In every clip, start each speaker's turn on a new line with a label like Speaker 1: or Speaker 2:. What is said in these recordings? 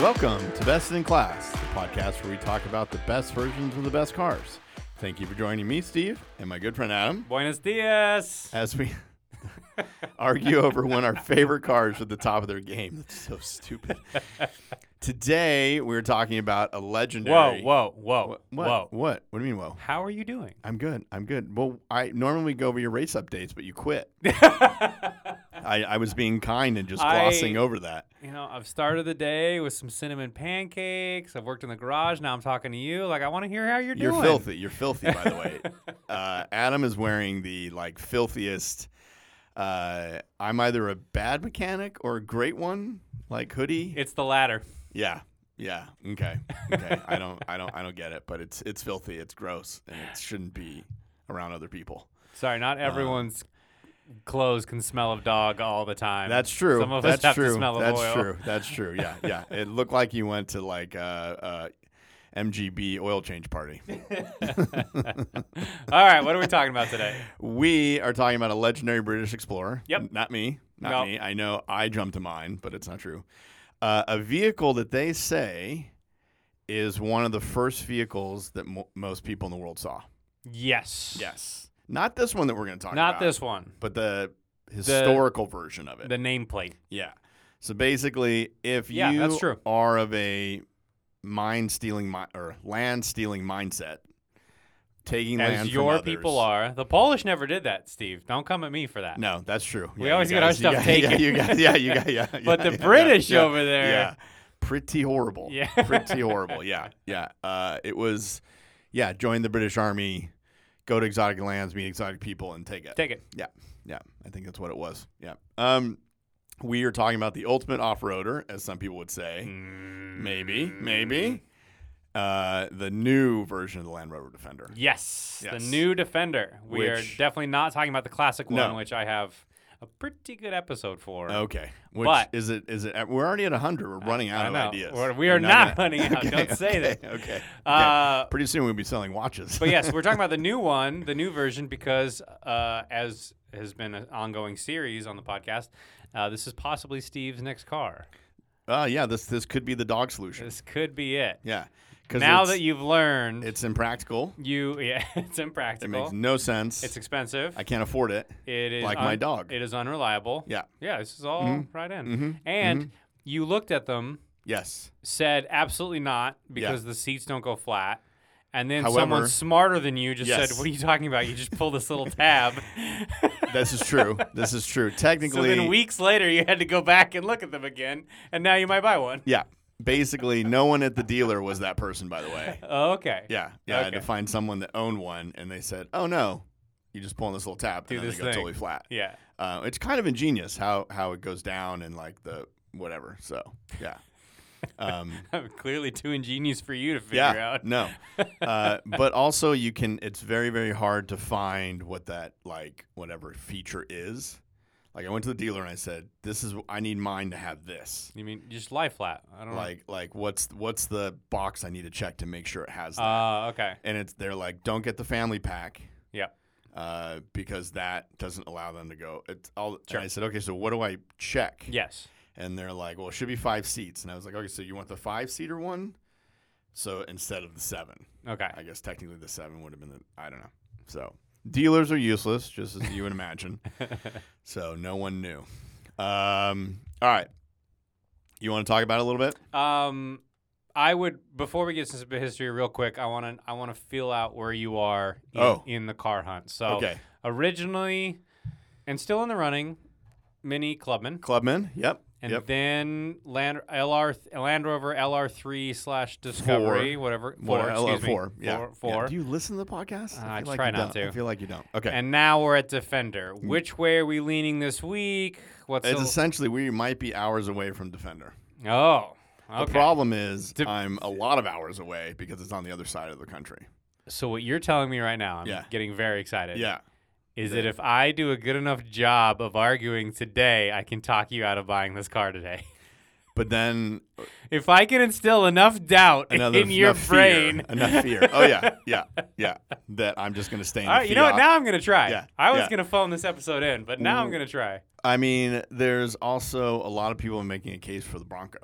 Speaker 1: Welcome to Best in Class, the podcast where we talk about the best versions of the best cars. Thank you for joining me, Steve, and my good friend Adam,
Speaker 2: Buenos dias.
Speaker 1: as we argue over when our favorite cars are at the top of their game. That's so stupid. Today, we're talking about a
Speaker 2: Whoa,
Speaker 1: legendary.
Speaker 2: whoa, whoa,
Speaker 1: What?
Speaker 2: whoa.
Speaker 1: What? What do you mean, whoa?
Speaker 2: How are you doing?
Speaker 1: I'm good. I'm good. Well, I normally go over your race updates, but you quit. I, I was being kind and just
Speaker 2: I-
Speaker 1: glossing over that.
Speaker 2: You know, I've started the day with some cinnamon pancakes. I've worked in the garage. Now I'm talking to you. Like, I want to hear how you're,
Speaker 1: You're
Speaker 2: doing.
Speaker 1: filthy. You're filthy, by the way. Uh, Adam is wearing the like filthiest. Uh, I'm either a bad mechanic or a great one, like hoodie.
Speaker 2: It's the latter.
Speaker 1: yeah, yeah. Okay, okay. I don't, I don't, I don't get it. But it's it's filthy. It's gross, and it shouldn't be around other people.
Speaker 2: Sorry,
Speaker 1: Uh.
Speaker 2: not everyone's clothes can smell of dog all the time.
Speaker 1: That's true.
Speaker 2: Some of
Speaker 1: That's
Speaker 2: us have
Speaker 1: true.
Speaker 2: to smell
Speaker 1: That's
Speaker 2: of oil.
Speaker 1: true. That's true. Yeah, yeah. It looked like you went to like uh, uh, MGB oil change party.
Speaker 2: All right, what are we talking about today?
Speaker 1: We are talking about a legendary British explorer.
Speaker 2: Yep.
Speaker 1: N- Not me. Not
Speaker 2: No.
Speaker 1: me. I know I jumped to mine, but it's not true. Uh, a vehicle that they say is one of the first vehicles that mo- most people in the world saw.
Speaker 2: Yes.
Speaker 1: Yes. Not this one that we're going to talk
Speaker 2: Not
Speaker 1: about.
Speaker 2: this one.
Speaker 1: But the historical version of it.
Speaker 2: The nameplate.
Speaker 1: yeah. So basically, if
Speaker 2: Yeah,
Speaker 1: you
Speaker 2: that's true.
Speaker 1: are of a mine stealing mi- or land stealing mindset, taking land
Speaker 2: As
Speaker 1: from
Speaker 2: your
Speaker 1: others-
Speaker 2: people are. The Polish never did that, Steve. Don't come at me for that.
Speaker 1: No, that's true.
Speaker 2: We
Speaker 1: you
Speaker 2: always get our
Speaker 1: guys-
Speaker 2: stuff
Speaker 1: yeah,
Speaker 2: taken.
Speaker 1: Yeah, you guys, yeah, you guys, yeah.
Speaker 2: But
Speaker 1: yeah,
Speaker 2: the
Speaker 1: yeah,
Speaker 2: British
Speaker 1: yeah,
Speaker 2: over there.
Speaker 1: yeah, pretty horrible.
Speaker 2: Yeah.
Speaker 1: pretty horrible. Yeah, yeah. Uh, it was, yeah. Join the British Army, go to exotic lands, meet exotic people, and take it.
Speaker 2: Take it.
Speaker 1: yeah, yeah. I think that's what it was. Yeah. Um, we are talking about the ultimate off-roader, as some people would say. Mm. Maybe,
Speaker 2: Mm.
Speaker 1: maybe. Uh, the new version of the Land Rover Defender.
Speaker 2: Yes,
Speaker 1: Yes.
Speaker 2: the new Defender. We are
Speaker 1: Which-
Speaker 2: definitely not talking about the classic one,
Speaker 1: No.
Speaker 2: which I have a pretty good episode for.
Speaker 1: Okay. Which
Speaker 2: But-
Speaker 1: is it? Is it? We're already at hundred. We're running out
Speaker 2: I
Speaker 1: of
Speaker 2: know.
Speaker 1: ideas.
Speaker 2: We're- we are
Speaker 1: We're
Speaker 2: not
Speaker 1: gonna-
Speaker 2: running out. Don't say that.
Speaker 1: Okay. okay.
Speaker 2: Uh,
Speaker 1: Pretty soon we'll be selling watches.
Speaker 2: but yes, we're talking about the new one, the new version, because uh, as has been an ongoing series on the podcast, uh, this is possibly Steve's next car.
Speaker 1: uh, yeah, this this could be the dog solution.
Speaker 2: This could be it.
Speaker 1: Yeah. Because
Speaker 2: now that you've learned,
Speaker 1: it's impractical,
Speaker 2: you yeah, it's
Speaker 1: it
Speaker 2: impractical.
Speaker 1: makes no sense.
Speaker 2: it's expensive.
Speaker 1: I can't afford it.
Speaker 2: It is
Speaker 1: Like my dog.
Speaker 2: It is unreliable.
Speaker 1: Yeah.
Speaker 2: Yeah, this is all right
Speaker 1: Mm-hmm.
Speaker 2: in. And you looked at them,
Speaker 1: Yes.
Speaker 2: said absolutely not because the seats don't go flat. And then
Speaker 1: However-
Speaker 2: someone smarter than you just
Speaker 1: Yes.
Speaker 2: said, "What are you talking about? You just pull this little tab."
Speaker 1: This is true. this is true.
Speaker 2: so
Speaker 1: Technically,
Speaker 2: then weeks later, you had to go back and look at them again, and now you might buy one.
Speaker 1: yeah. Basically, no one at the dealer was that person. By the way.
Speaker 2: Oh, Okay.
Speaker 1: Yeah. Yeah. I had to
Speaker 2: Okay.
Speaker 1: find someone that owned one, and they said, "Oh no." You just pull on this little tab,
Speaker 2: Do
Speaker 1: and then
Speaker 2: this
Speaker 1: they go
Speaker 2: thing.
Speaker 1: totally flat.
Speaker 2: Yeah.
Speaker 1: Uh, it's kind of ingenious how how it goes down and like the whatever. So yeah, um,
Speaker 2: Clearly too ingenious for you to figure
Speaker 1: yeah,
Speaker 2: out.
Speaker 1: no. Uh, but also you can. It's very very hard to find what that like whatever feature is. Like I went to the dealer and I said, "This is I need mine to have this."
Speaker 2: You mean just lie flat? I don't
Speaker 1: Like like what's what's the box I need to check to make sure it has
Speaker 2: know.
Speaker 1: that?
Speaker 2: Uh, okay.
Speaker 1: and it's they're like, "Don't get the family pack."
Speaker 2: Yeah.
Speaker 1: Uh, because that doesn't allow them to go. It's all. And I said, okay, so what do I check?
Speaker 2: Yes.
Speaker 1: And they're like, well, it should be five seats. And I was like, okay, so you want the five seater one? So instead of the seven,
Speaker 2: Okay.
Speaker 1: I guess technically the seven would have been the, I don't know. So dealers are useless, just as you would imagine. So no one knew. Um, all right. You want to talk about it a little bit?
Speaker 2: Um, I would before we get into some history real quick. I want to I want to feel out where you are in,
Speaker 1: Oh.
Speaker 2: in the car hunt. So
Speaker 1: Okay.
Speaker 2: originally, and still in the running, Mini Clubman,
Speaker 1: Clubman. Yep.
Speaker 2: and
Speaker 1: yep.
Speaker 2: then Land LR Land Rover LR3 slash Discovery, whatever
Speaker 1: Well,
Speaker 2: four,
Speaker 1: LR4,
Speaker 2: excuse me,
Speaker 1: Yeah.
Speaker 2: four,
Speaker 1: Yeah.
Speaker 2: four. Uh,
Speaker 1: Do you listen to the podcast?
Speaker 2: I
Speaker 1: feel like
Speaker 2: try
Speaker 1: you
Speaker 2: not
Speaker 1: don't.
Speaker 2: to.
Speaker 1: I feel like you don't. Okay.
Speaker 2: And now we're at Defender. Which way are we leaning this week? What's
Speaker 1: Mm. it's
Speaker 2: the,
Speaker 1: essentially we might be hours away from Defender.
Speaker 2: oh
Speaker 1: The
Speaker 2: okay?
Speaker 1: problem is
Speaker 2: Dep-
Speaker 1: I'm a lot of hours away because it's on the other side of the country.
Speaker 2: So what you're telling me right now, I'm
Speaker 1: Yeah.
Speaker 2: getting very excited.
Speaker 1: Yeah.
Speaker 2: is
Speaker 1: the-
Speaker 2: that if I do a good enough job of arguing today, I can talk you out of buying this car today.
Speaker 1: But then
Speaker 2: If I can instill enough doubt
Speaker 1: another
Speaker 2: in your
Speaker 1: enough
Speaker 2: brain,
Speaker 1: fear, enough fear. Oh yeah, yeah, yeah. That I'm just gonna stay. In
Speaker 2: all
Speaker 1: the
Speaker 2: right, you know what?
Speaker 1: fiat.
Speaker 2: Now I'm gonna try.
Speaker 1: Yeah,
Speaker 2: I was
Speaker 1: yeah. Mm.
Speaker 2: gonna phone this episode in, but now I'm
Speaker 1: Ooh.
Speaker 2: gonna try.
Speaker 1: I mean, there's also a lot of people making a case for the Bronco.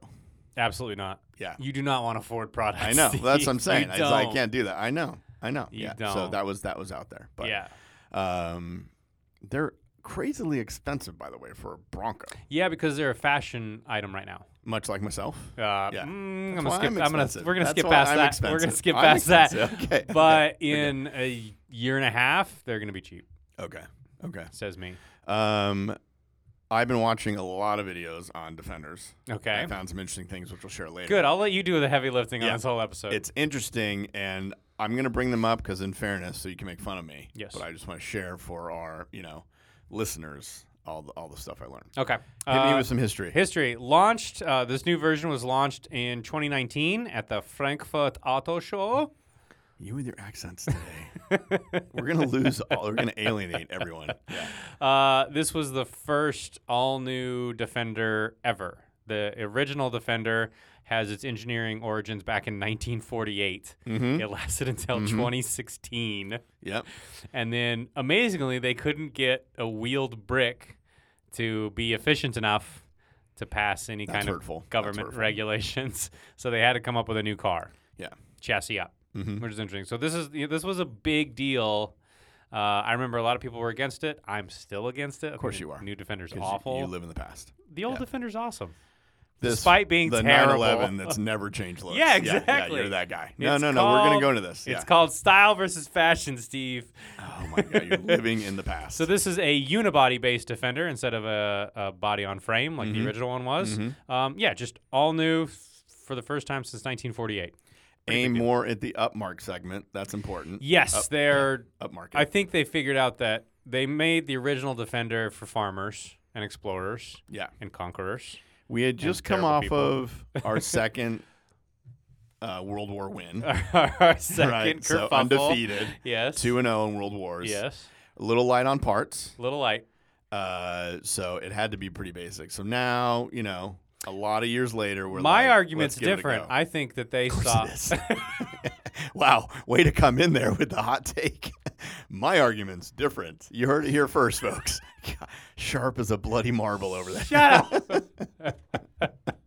Speaker 2: Absolutely not.
Speaker 1: Yeah.
Speaker 2: You do not want a Ford product.
Speaker 1: I know. That's what I'm
Speaker 2: Steve.
Speaker 1: saying.
Speaker 2: You
Speaker 1: I, I
Speaker 2: don't.
Speaker 1: can't do that. I know. I know.
Speaker 2: You
Speaker 1: yeah. So
Speaker 2: don't.
Speaker 1: that was that was out there. But
Speaker 2: yeah.
Speaker 1: um, they're crazily expensive, by the way, for a Bronco.
Speaker 2: Yeah, because they're a fashion item right now.
Speaker 1: Much like myself.
Speaker 2: Uh,
Speaker 1: Yeah.
Speaker 2: mm, I'm
Speaker 1: That's
Speaker 2: gonna
Speaker 1: why
Speaker 2: skip.
Speaker 1: I'm
Speaker 2: I'm, gonna.
Speaker 1: expensive.
Speaker 2: We're gonna
Speaker 1: That's
Speaker 2: skip
Speaker 1: why
Speaker 2: past
Speaker 1: I'm
Speaker 2: that. We're gonna
Speaker 1: expensive.
Speaker 2: skip
Speaker 1: I'm
Speaker 2: past that.
Speaker 1: expensive. Okay.
Speaker 2: But in a year and a half, they're gonna be cheap.
Speaker 1: Okay. Okay.
Speaker 2: Says me.
Speaker 1: Um, I've been watching a lot of videos on defenders.
Speaker 2: Okay.
Speaker 1: I found some interesting things, which we'll share later.
Speaker 2: Good. I'll let you do the heavy lifting
Speaker 1: Yeah.
Speaker 2: on this whole episode.
Speaker 1: It's interesting, and I'm going to bring them up because, in fairness, so you can make fun of me.
Speaker 2: Yes.
Speaker 1: But I just want to share for our, you know, listeners all the, all the stuff I learned.
Speaker 2: okay.
Speaker 1: Hit me
Speaker 2: Uh,
Speaker 1: with some history.
Speaker 2: History launched. Uh, this new version was launched in 2019 at the Frankfurt Auto Show.
Speaker 1: you and your accents today. we're going to lose all. We're going to alienate everyone. Yeah.
Speaker 2: Uh, this was the first all new Defender ever. The original Defender has its engineering origins back in 1948.
Speaker 1: Mm-hmm.
Speaker 2: It lasted until 2016.
Speaker 1: Yep.
Speaker 2: And then, amazingly, they couldn't get a wheeled brick to be efficient enough to pass any
Speaker 1: That's
Speaker 2: kind
Speaker 1: hurtful.
Speaker 2: of
Speaker 1: That's
Speaker 2: government
Speaker 1: hurtful.
Speaker 2: regulations. So they had to come up with a new car
Speaker 1: Yeah.
Speaker 2: chassis up,
Speaker 1: Mm-hmm.
Speaker 2: which is interesting. So this is you know, this was a big deal. Uh, I remember a lot of people were against it. I'm still against it. Of
Speaker 1: course you are.
Speaker 2: New Defender's
Speaker 1: 'Cause you-
Speaker 2: awful.
Speaker 1: You live in the past.
Speaker 2: the old
Speaker 1: yeah.
Speaker 2: Defender's awesome.
Speaker 1: This,
Speaker 2: Despite being
Speaker 1: the
Speaker 2: terrible.
Speaker 1: 911 that's never changed looks.
Speaker 2: Yeah,
Speaker 1: Yeah,
Speaker 2: exactly.
Speaker 1: you're that guy. No,
Speaker 2: It's
Speaker 1: no, no. we're going to
Speaker 2: called-
Speaker 1: go into this. Yeah.
Speaker 2: It's called style versus fashion, Steve.
Speaker 1: oh my god, you're living in the past.
Speaker 2: So this is a unibody-based Defender instead of a, a body-on-frame like
Speaker 1: Mm-hmm.
Speaker 2: the original one was. Um, yeah, just all new f- for the first time since 1948.
Speaker 1: aim more at the upmark segment. That's important.
Speaker 2: Yes, they're
Speaker 1: Upmarket.
Speaker 2: I think they figured out that they made the original Defender for farmers and explorers
Speaker 1: yeah.
Speaker 2: and conquerors.
Speaker 1: We had just come
Speaker 2: terrible
Speaker 1: off
Speaker 2: people.
Speaker 1: of our second uh, World War win.
Speaker 2: our, our second
Speaker 1: right. So
Speaker 2: kerfuffle.
Speaker 1: undefeated.
Speaker 2: Yes.
Speaker 1: 2 and 0 in World Wars.
Speaker 2: Yes.
Speaker 1: A little light on parts.
Speaker 2: Little light.
Speaker 1: Uh, so it had to be pretty basic. So now, you know, a lot of years later, we're
Speaker 2: My
Speaker 1: like,
Speaker 2: argument's
Speaker 1: let's give it a go.
Speaker 2: different. I think that they
Speaker 1: course
Speaker 2: saw.
Speaker 1: it is. wow, way to come in there with the hot take. My argument's different. You heard it here first, folks. God, Sharp as a bloody marble over there.
Speaker 2: Shut up.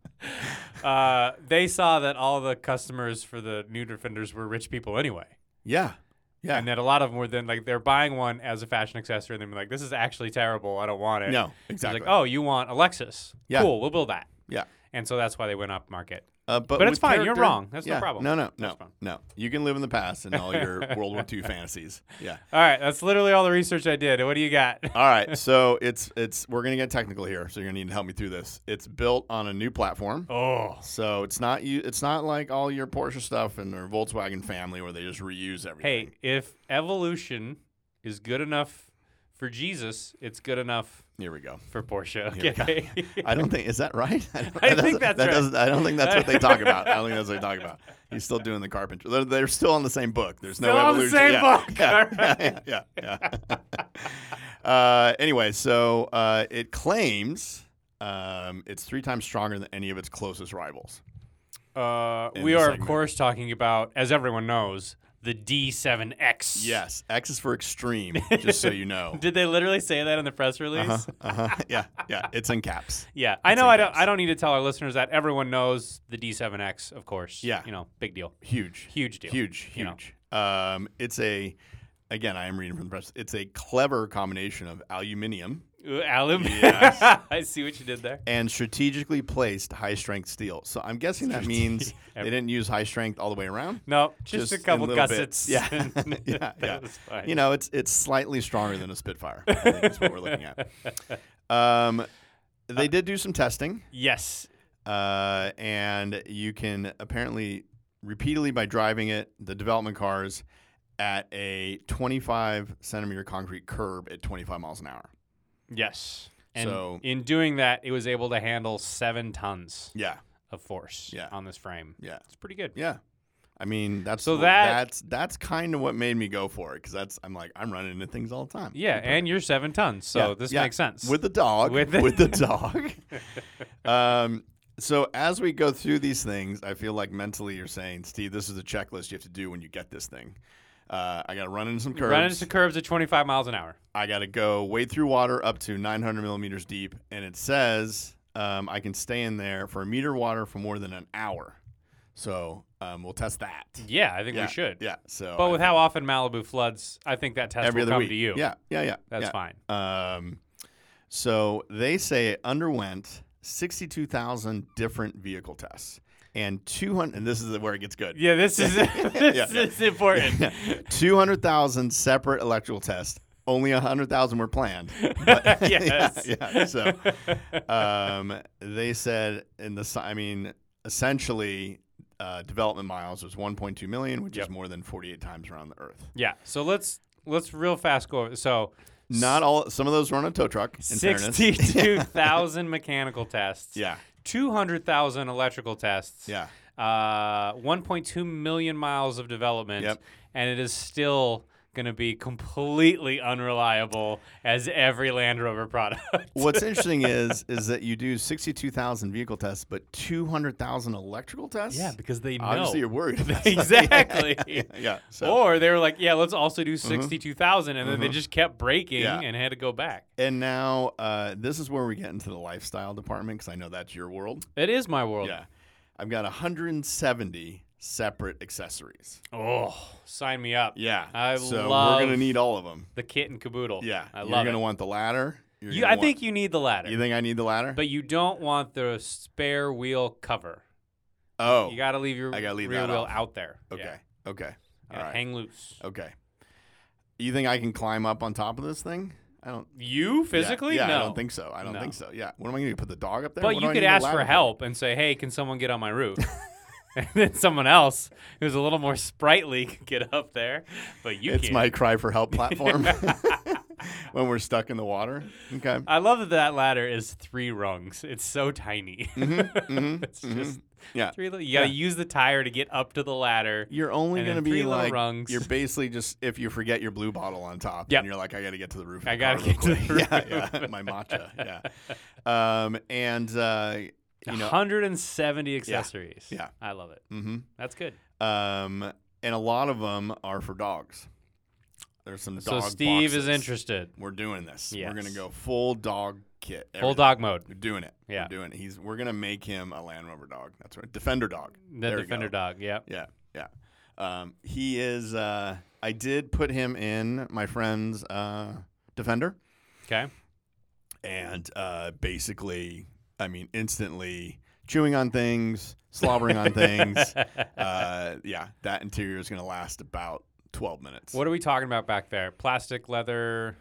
Speaker 2: uh, they saw that all the customers for the new defenders were rich people anyway.
Speaker 1: Yeah, yeah.
Speaker 2: And that a lot of them were then like they're buying one as a fashion accessory and they're like, this is actually terrible. I don't want it.
Speaker 1: No,
Speaker 2: It's like,
Speaker 1: exactly.
Speaker 2: oh, you want a Lexus?
Speaker 1: Yeah.
Speaker 2: Cool, we'll build that.
Speaker 1: yeah.
Speaker 2: And so that's why they went up market.
Speaker 1: Uh, but
Speaker 2: But
Speaker 1: with
Speaker 2: it's fine. You're
Speaker 1: character-
Speaker 2: wrong. That's no
Speaker 1: yeah.
Speaker 2: problem.
Speaker 1: No, no,
Speaker 2: That's
Speaker 1: no,
Speaker 2: fine.
Speaker 1: no. You can live in the past and all your World War II fantasies. Yeah.
Speaker 2: All right, that's literally all the research I did. What do you got?
Speaker 1: All right. So it's it's we're gonna get technical here. So you're gonna need to help me through this. It's built on a new platform.
Speaker 2: Oh,
Speaker 1: So it's not you. It's not like all your Porsche stuff and their Volkswagen family where they just reuse everything.
Speaker 2: hey, if evolution is good enough for Jesus, it's good enough
Speaker 1: Here we go.
Speaker 2: for Porsche.
Speaker 1: Here we
Speaker 2: Okay.
Speaker 1: I don't think is that right. I, don't,
Speaker 2: I
Speaker 1: that doesn't-
Speaker 2: think that's
Speaker 1: that
Speaker 2: right.
Speaker 1: Doesn't, I don't think that's what they talk about. I don't think that's what they talk about. He's still doing the carpenter. They're, they're still on the same book. There's no
Speaker 2: Still on the
Speaker 1: evolution.
Speaker 2: same
Speaker 1: yeah.
Speaker 2: book.
Speaker 1: Yeah.
Speaker 2: All
Speaker 1: Yeah. Yeah. yeah. uh, anyway, so uh, it claims um, it's three times stronger than any of its closest rivals.
Speaker 2: uh,
Speaker 1: In
Speaker 2: we
Speaker 1: the
Speaker 2: are,
Speaker 1: segment.
Speaker 2: of course, talking about, as everyone knows, the D7X.
Speaker 1: Yes, X is for extreme. Just so you know.
Speaker 2: Did they literally say that in the press release?
Speaker 1: Uh-huh, uh-huh. Yeah. Yeah. It's in caps.
Speaker 2: Yeah, I
Speaker 1: It's
Speaker 2: know.
Speaker 1: in
Speaker 2: I don't.
Speaker 1: caps.
Speaker 2: I don't need to tell our listeners that everyone knows the D7X, of course.
Speaker 1: Yeah.
Speaker 2: you know, big deal,
Speaker 1: Huge.
Speaker 2: huge deal,
Speaker 1: Huge,
Speaker 2: you know.
Speaker 1: huge. Um, it's a, again, I am reading from the press. It's a clever combination of aluminium
Speaker 2: Ooh, alum.
Speaker 1: Yes.
Speaker 2: Uh, I see what you did there.
Speaker 1: and strategically placed high strength steel. So I'm guessing that means they didn't use high strength all the way around.
Speaker 2: No, just, a couple
Speaker 1: little bits.
Speaker 2: gussets.
Speaker 1: Yeah,
Speaker 2: and
Speaker 1: yeah,
Speaker 2: that
Speaker 1: yeah.
Speaker 2: was fine.
Speaker 1: You know, it's it's slightly stronger than a Spitfire. I think is what we're looking at. Um,
Speaker 2: Uh,
Speaker 1: they did do some testing,
Speaker 2: Yes.
Speaker 1: uh, and you can apparently repeatedly by driving it, the development cars, at a 25 centimeter concrete curb at 25 miles an hour.
Speaker 2: Yes. And
Speaker 1: So-
Speaker 2: in doing that, it was able to handle seven tons
Speaker 1: Yeah,
Speaker 2: of force
Speaker 1: Yeah.
Speaker 2: on this frame.
Speaker 1: yeah.
Speaker 2: It's pretty good.
Speaker 1: Yeah. I mean, that's
Speaker 2: So
Speaker 1: wh-
Speaker 2: that-
Speaker 1: that's that's kind of what made me go for it because that's I'm like I'm running into things all the time.
Speaker 2: Yeah, and you're seven tons, so
Speaker 1: Yeah,
Speaker 2: this
Speaker 1: yeah.
Speaker 2: makes sense.
Speaker 1: with the dog, with
Speaker 2: With
Speaker 1: the,
Speaker 2: the-
Speaker 1: dog. um, so as we go through these things, I feel like mentally you're saying, Steve, this is the checklist you have to do when you get this thing. Uh, I got to run into some curves.
Speaker 2: Run into curbs at 25 miles an hour.
Speaker 1: I got to go wade through water up to 900 millimeters deep, and it says um, I can stay in there for a meter water for more than an hour. So um, we'll test that.
Speaker 2: Yeah, I think
Speaker 1: yeah,
Speaker 2: we should.
Speaker 1: Yeah. So
Speaker 2: But with
Speaker 1: I think
Speaker 2: how often Malibu floods, I think that test
Speaker 1: every
Speaker 2: will
Speaker 1: other
Speaker 2: come
Speaker 1: week.
Speaker 2: to you.
Speaker 1: Yeah. Yeah. Yeah.
Speaker 2: That's
Speaker 1: yeah.
Speaker 2: fine.
Speaker 1: Um, so they say it underwent 62,000 different vehicle tests and 200, and this is where it gets good.
Speaker 2: Yeah, this is this
Speaker 1: yeah.
Speaker 2: is important.
Speaker 1: 200,000 separate electrical tests. Only 100,000 were planned. But-
Speaker 2: Yes.
Speaker 1: yeah, yeah. So um, they said in the, si- I mean, essentially, uh, development miles was 1.2 million, which
Speaker 2: Yep.
Speaker 1: is more than 48 times around the Earth.
Speaker 2: Yeah. So let's let's real fast go over. So
Speaker 1: Not all, some of those were on a tow truck. In fairness.
Speaker 2: sixty-two thousand mechanical tests.
Speaker 1: Yeah.
Speaker 2: Two hundred thousand electrical tests.
Speaker 1: Yeah.
Speaker 2: Uh, one point two million miles of development.
Speaker 1: Yep.
Speaker 2: And it is still going to be completely unreliable as every Land Rover product.
Speaker 1: What's interesting is is that you do sixty two thousand vehicle tests, but two hundred thousand electrical tests.
Speaker 2: yeah, because they know.
Speaker 1: obviously you're worried. About that.
Speaker 2: exactly.
Speaker 1: yeah. So Mm-hmm.
Speaker 2: Or they were like, yeah, let's also do 62,000. And then they just kept breaking
Speaker 1: Yeah.
Speaker 2: and had to go back.
Speaker 1: and now uh, this is where we get into the lifestyle department because I know that's your world.
Speaker 2: It is my world.
Speaker 1: Yeah, I've got one hundred and seventy separate accessories.
Speaker 2: Oh, sign me up.
Speaker 1: Yeah.
Speaker 2: I
Speaker 1: so
Speaker 2: love-
Speaker 1: we're gonna need all of them.
Speaker 2: The kit and caboodle.
Speaker 1: Yeah.
Speaker 2: I
Speaker 1: you're
Speaker 2: love
Speaker 1: gonna
Speaker 2: it.
Speaker 1: want the ladder. You're
Speaker 2: You,
Speaker 1: gonna
Speaker 2: I
Speaker 1: want-
Speaker 2: think you need the ladder,
Speaker 1: You think I need the ladder?
Speaker 2: but you don't want the spare wheel cover.
Speaker 1: oh.
Speaker 2: You got to leave your
Speaker 1: I gotta leave
Speaker 2: rear
Speaker 1: that
Speaker 2: wheel
Speaker 1: off.
Speaker 2: out there. Yeah.
Speaker 1: okay. Okay.
Speaker 2: Yeah,
Speaker 1: All right.
Speaker 2: Hang loose.
Speaker 1: Okay. You think I can climb up on top of this thing? I don't.
Speaker 2: You
Speaker 1: Yeah,
Speaker 2: physically?
Speaker 1: Yeah,
Speaker 2: no.
Speaker 1: I don't think so. I don't
Speaker 2: No.
Speaker 1: think so. Yeah. What am I going to do? Put the dog up there?
Speaker 2: But
Speaker 1: What do
Speaker 2: you
Speaker 1: I
Speaker 2: could
Speaker 1: need a
Speaker 2: ask
Speaker 1: ladder
Speaker 2: for help and say, hey, can someone get on my roof? and then someone else who's a little more sprightly can get up there. But you
Speaker 1: It's
Speaker 2: can't.
Speaker 1: my cry for help platform when we're stuck in the water. Okay.
Speaker 2: I love that that ladder is three rungs. It's so tiny. it's just
Speaker 1: Mm-hmm. Yeah.
Speaker 2: three. Little, you gotta use the tire to get up to the ladder.
Speaker 1: You're only
Speaker 2: And
Speaker 1: going to
Speaker 2: then
Speaker 1: be
Speaker 2: three little
Speaker 1: like,
Speaker 2: rungs.
Speaker 1: you're basically just, if you forget your blue bottle on top,
Speaker 2: Yep.
Speaker 1: and you're like, I got to get to the roof. of
Speaker 2: I
Speaker 1: the
Speaker 2: gotta
Speaker 1: car real
Speaker 2: get to the
Speaker 1: quick."
Speaker 2: roof.
Speaker 1: Yeah, yeah. My matcha. Yeah. Um, and, uh, you know,
Speaker 2: 170 accessories.
Speaker 1: yeah.
Speaker 2: I love it.
Speaker 1: mhm.
Speaker 2: That's good.
Speaker 1: um, and a lot of them are for dogs. There's some
Speaker 2: So
Speaker 1: dog
Speaker 2: Steve is
Speaker 1: boxes.
Speaker 2: interested.
Speaker 1: We're doing this. We're going to
Speaker 2: Yes.
Speaker 1: go full dog kit.
Speaker 2: Full
Speaker 1: everything.
Speaker 2: dog mode.
Speaker 1: We're doing it.
Speaker 2: Yeah.
Speaker 1: We're doing it. He's we're gonna make him a Land Rover dog. That's right. Defender dog.
Speaker 2: The
Speaker 1: There we
Speaker 2: defender
Speaker 1: go.
Speaker 2: dog. Yep.
Speaker 1: Yeah, yeah. Um, he is uh, I did put him in my friend's uh, defender
Speaker 2: Okay.
Speaker 1: and uh, basically I mean instantly chewing on things, slobbering on things. Uh, yeah, that interior is gonna last about twelve minutes.
Speaker 2: What are we talking about back there? Plastic, leather,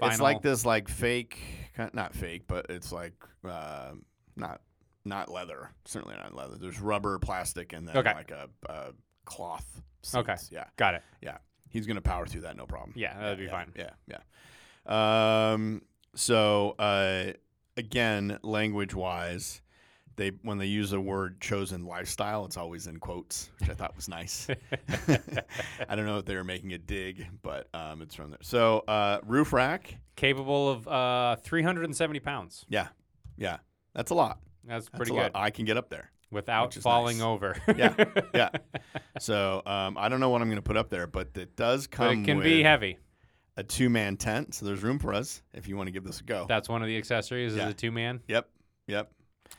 Speaker 2: vinyl.
Speaker 1: It's like this like fake kind- not fake, but it's like uh, not not leather. Certainly not leather. There's rubber, plastic, and then
Speaker 2: Okay.
Speaker 1: like a, a cloth. seats.
Speaker 2: Okay.
Speaker 1: Yeah.
Speaker 2: Got it.
Speaker 1: Yeah. He's gonna power through that, no problem.
Speaker 2: Yeah, that'd be
Speaker 1: yeah,
Speaker 2: fine.
Speaker 1: Yeah. Yeah. Um. So uh, again, language wise. They, when they use the word chosen lifestyle, it's always in quotes, which I thought was nice. I don't know if they were making a dig, but um, it's from there. So, uh, roof rack,
Speaker 2: Capable of uh, 370 pounds.
Speaker 1: yeah, yeah, that's a lot.
Speaker 2: That's
Speaker 1: That's
Speaker 2: pretty
Speaker 1: a
Speaker 2: good.
Speaker 1: Lot. I can get up there.
Speaker 2: Without
Speaker 1: which is
Speaker 2: falling
Speaker 1: nice.
Speaker 2: over.
Speaker 1: Yeah, yeah. So um, I don't know what I'm going to put up there, but it does
Speaker 2: but
Speaker 1: come
Speaker 2: it can
Speaker 1: with
Speaker 2: be heavy.
Speaker 1: a two man tent, so there's room for us if you want to give this a go.
Speaker 2: That's one of the accessories is
Speaker 1: Yeah.
Speaker 2: a two man.
Speaker 1: yep, yep.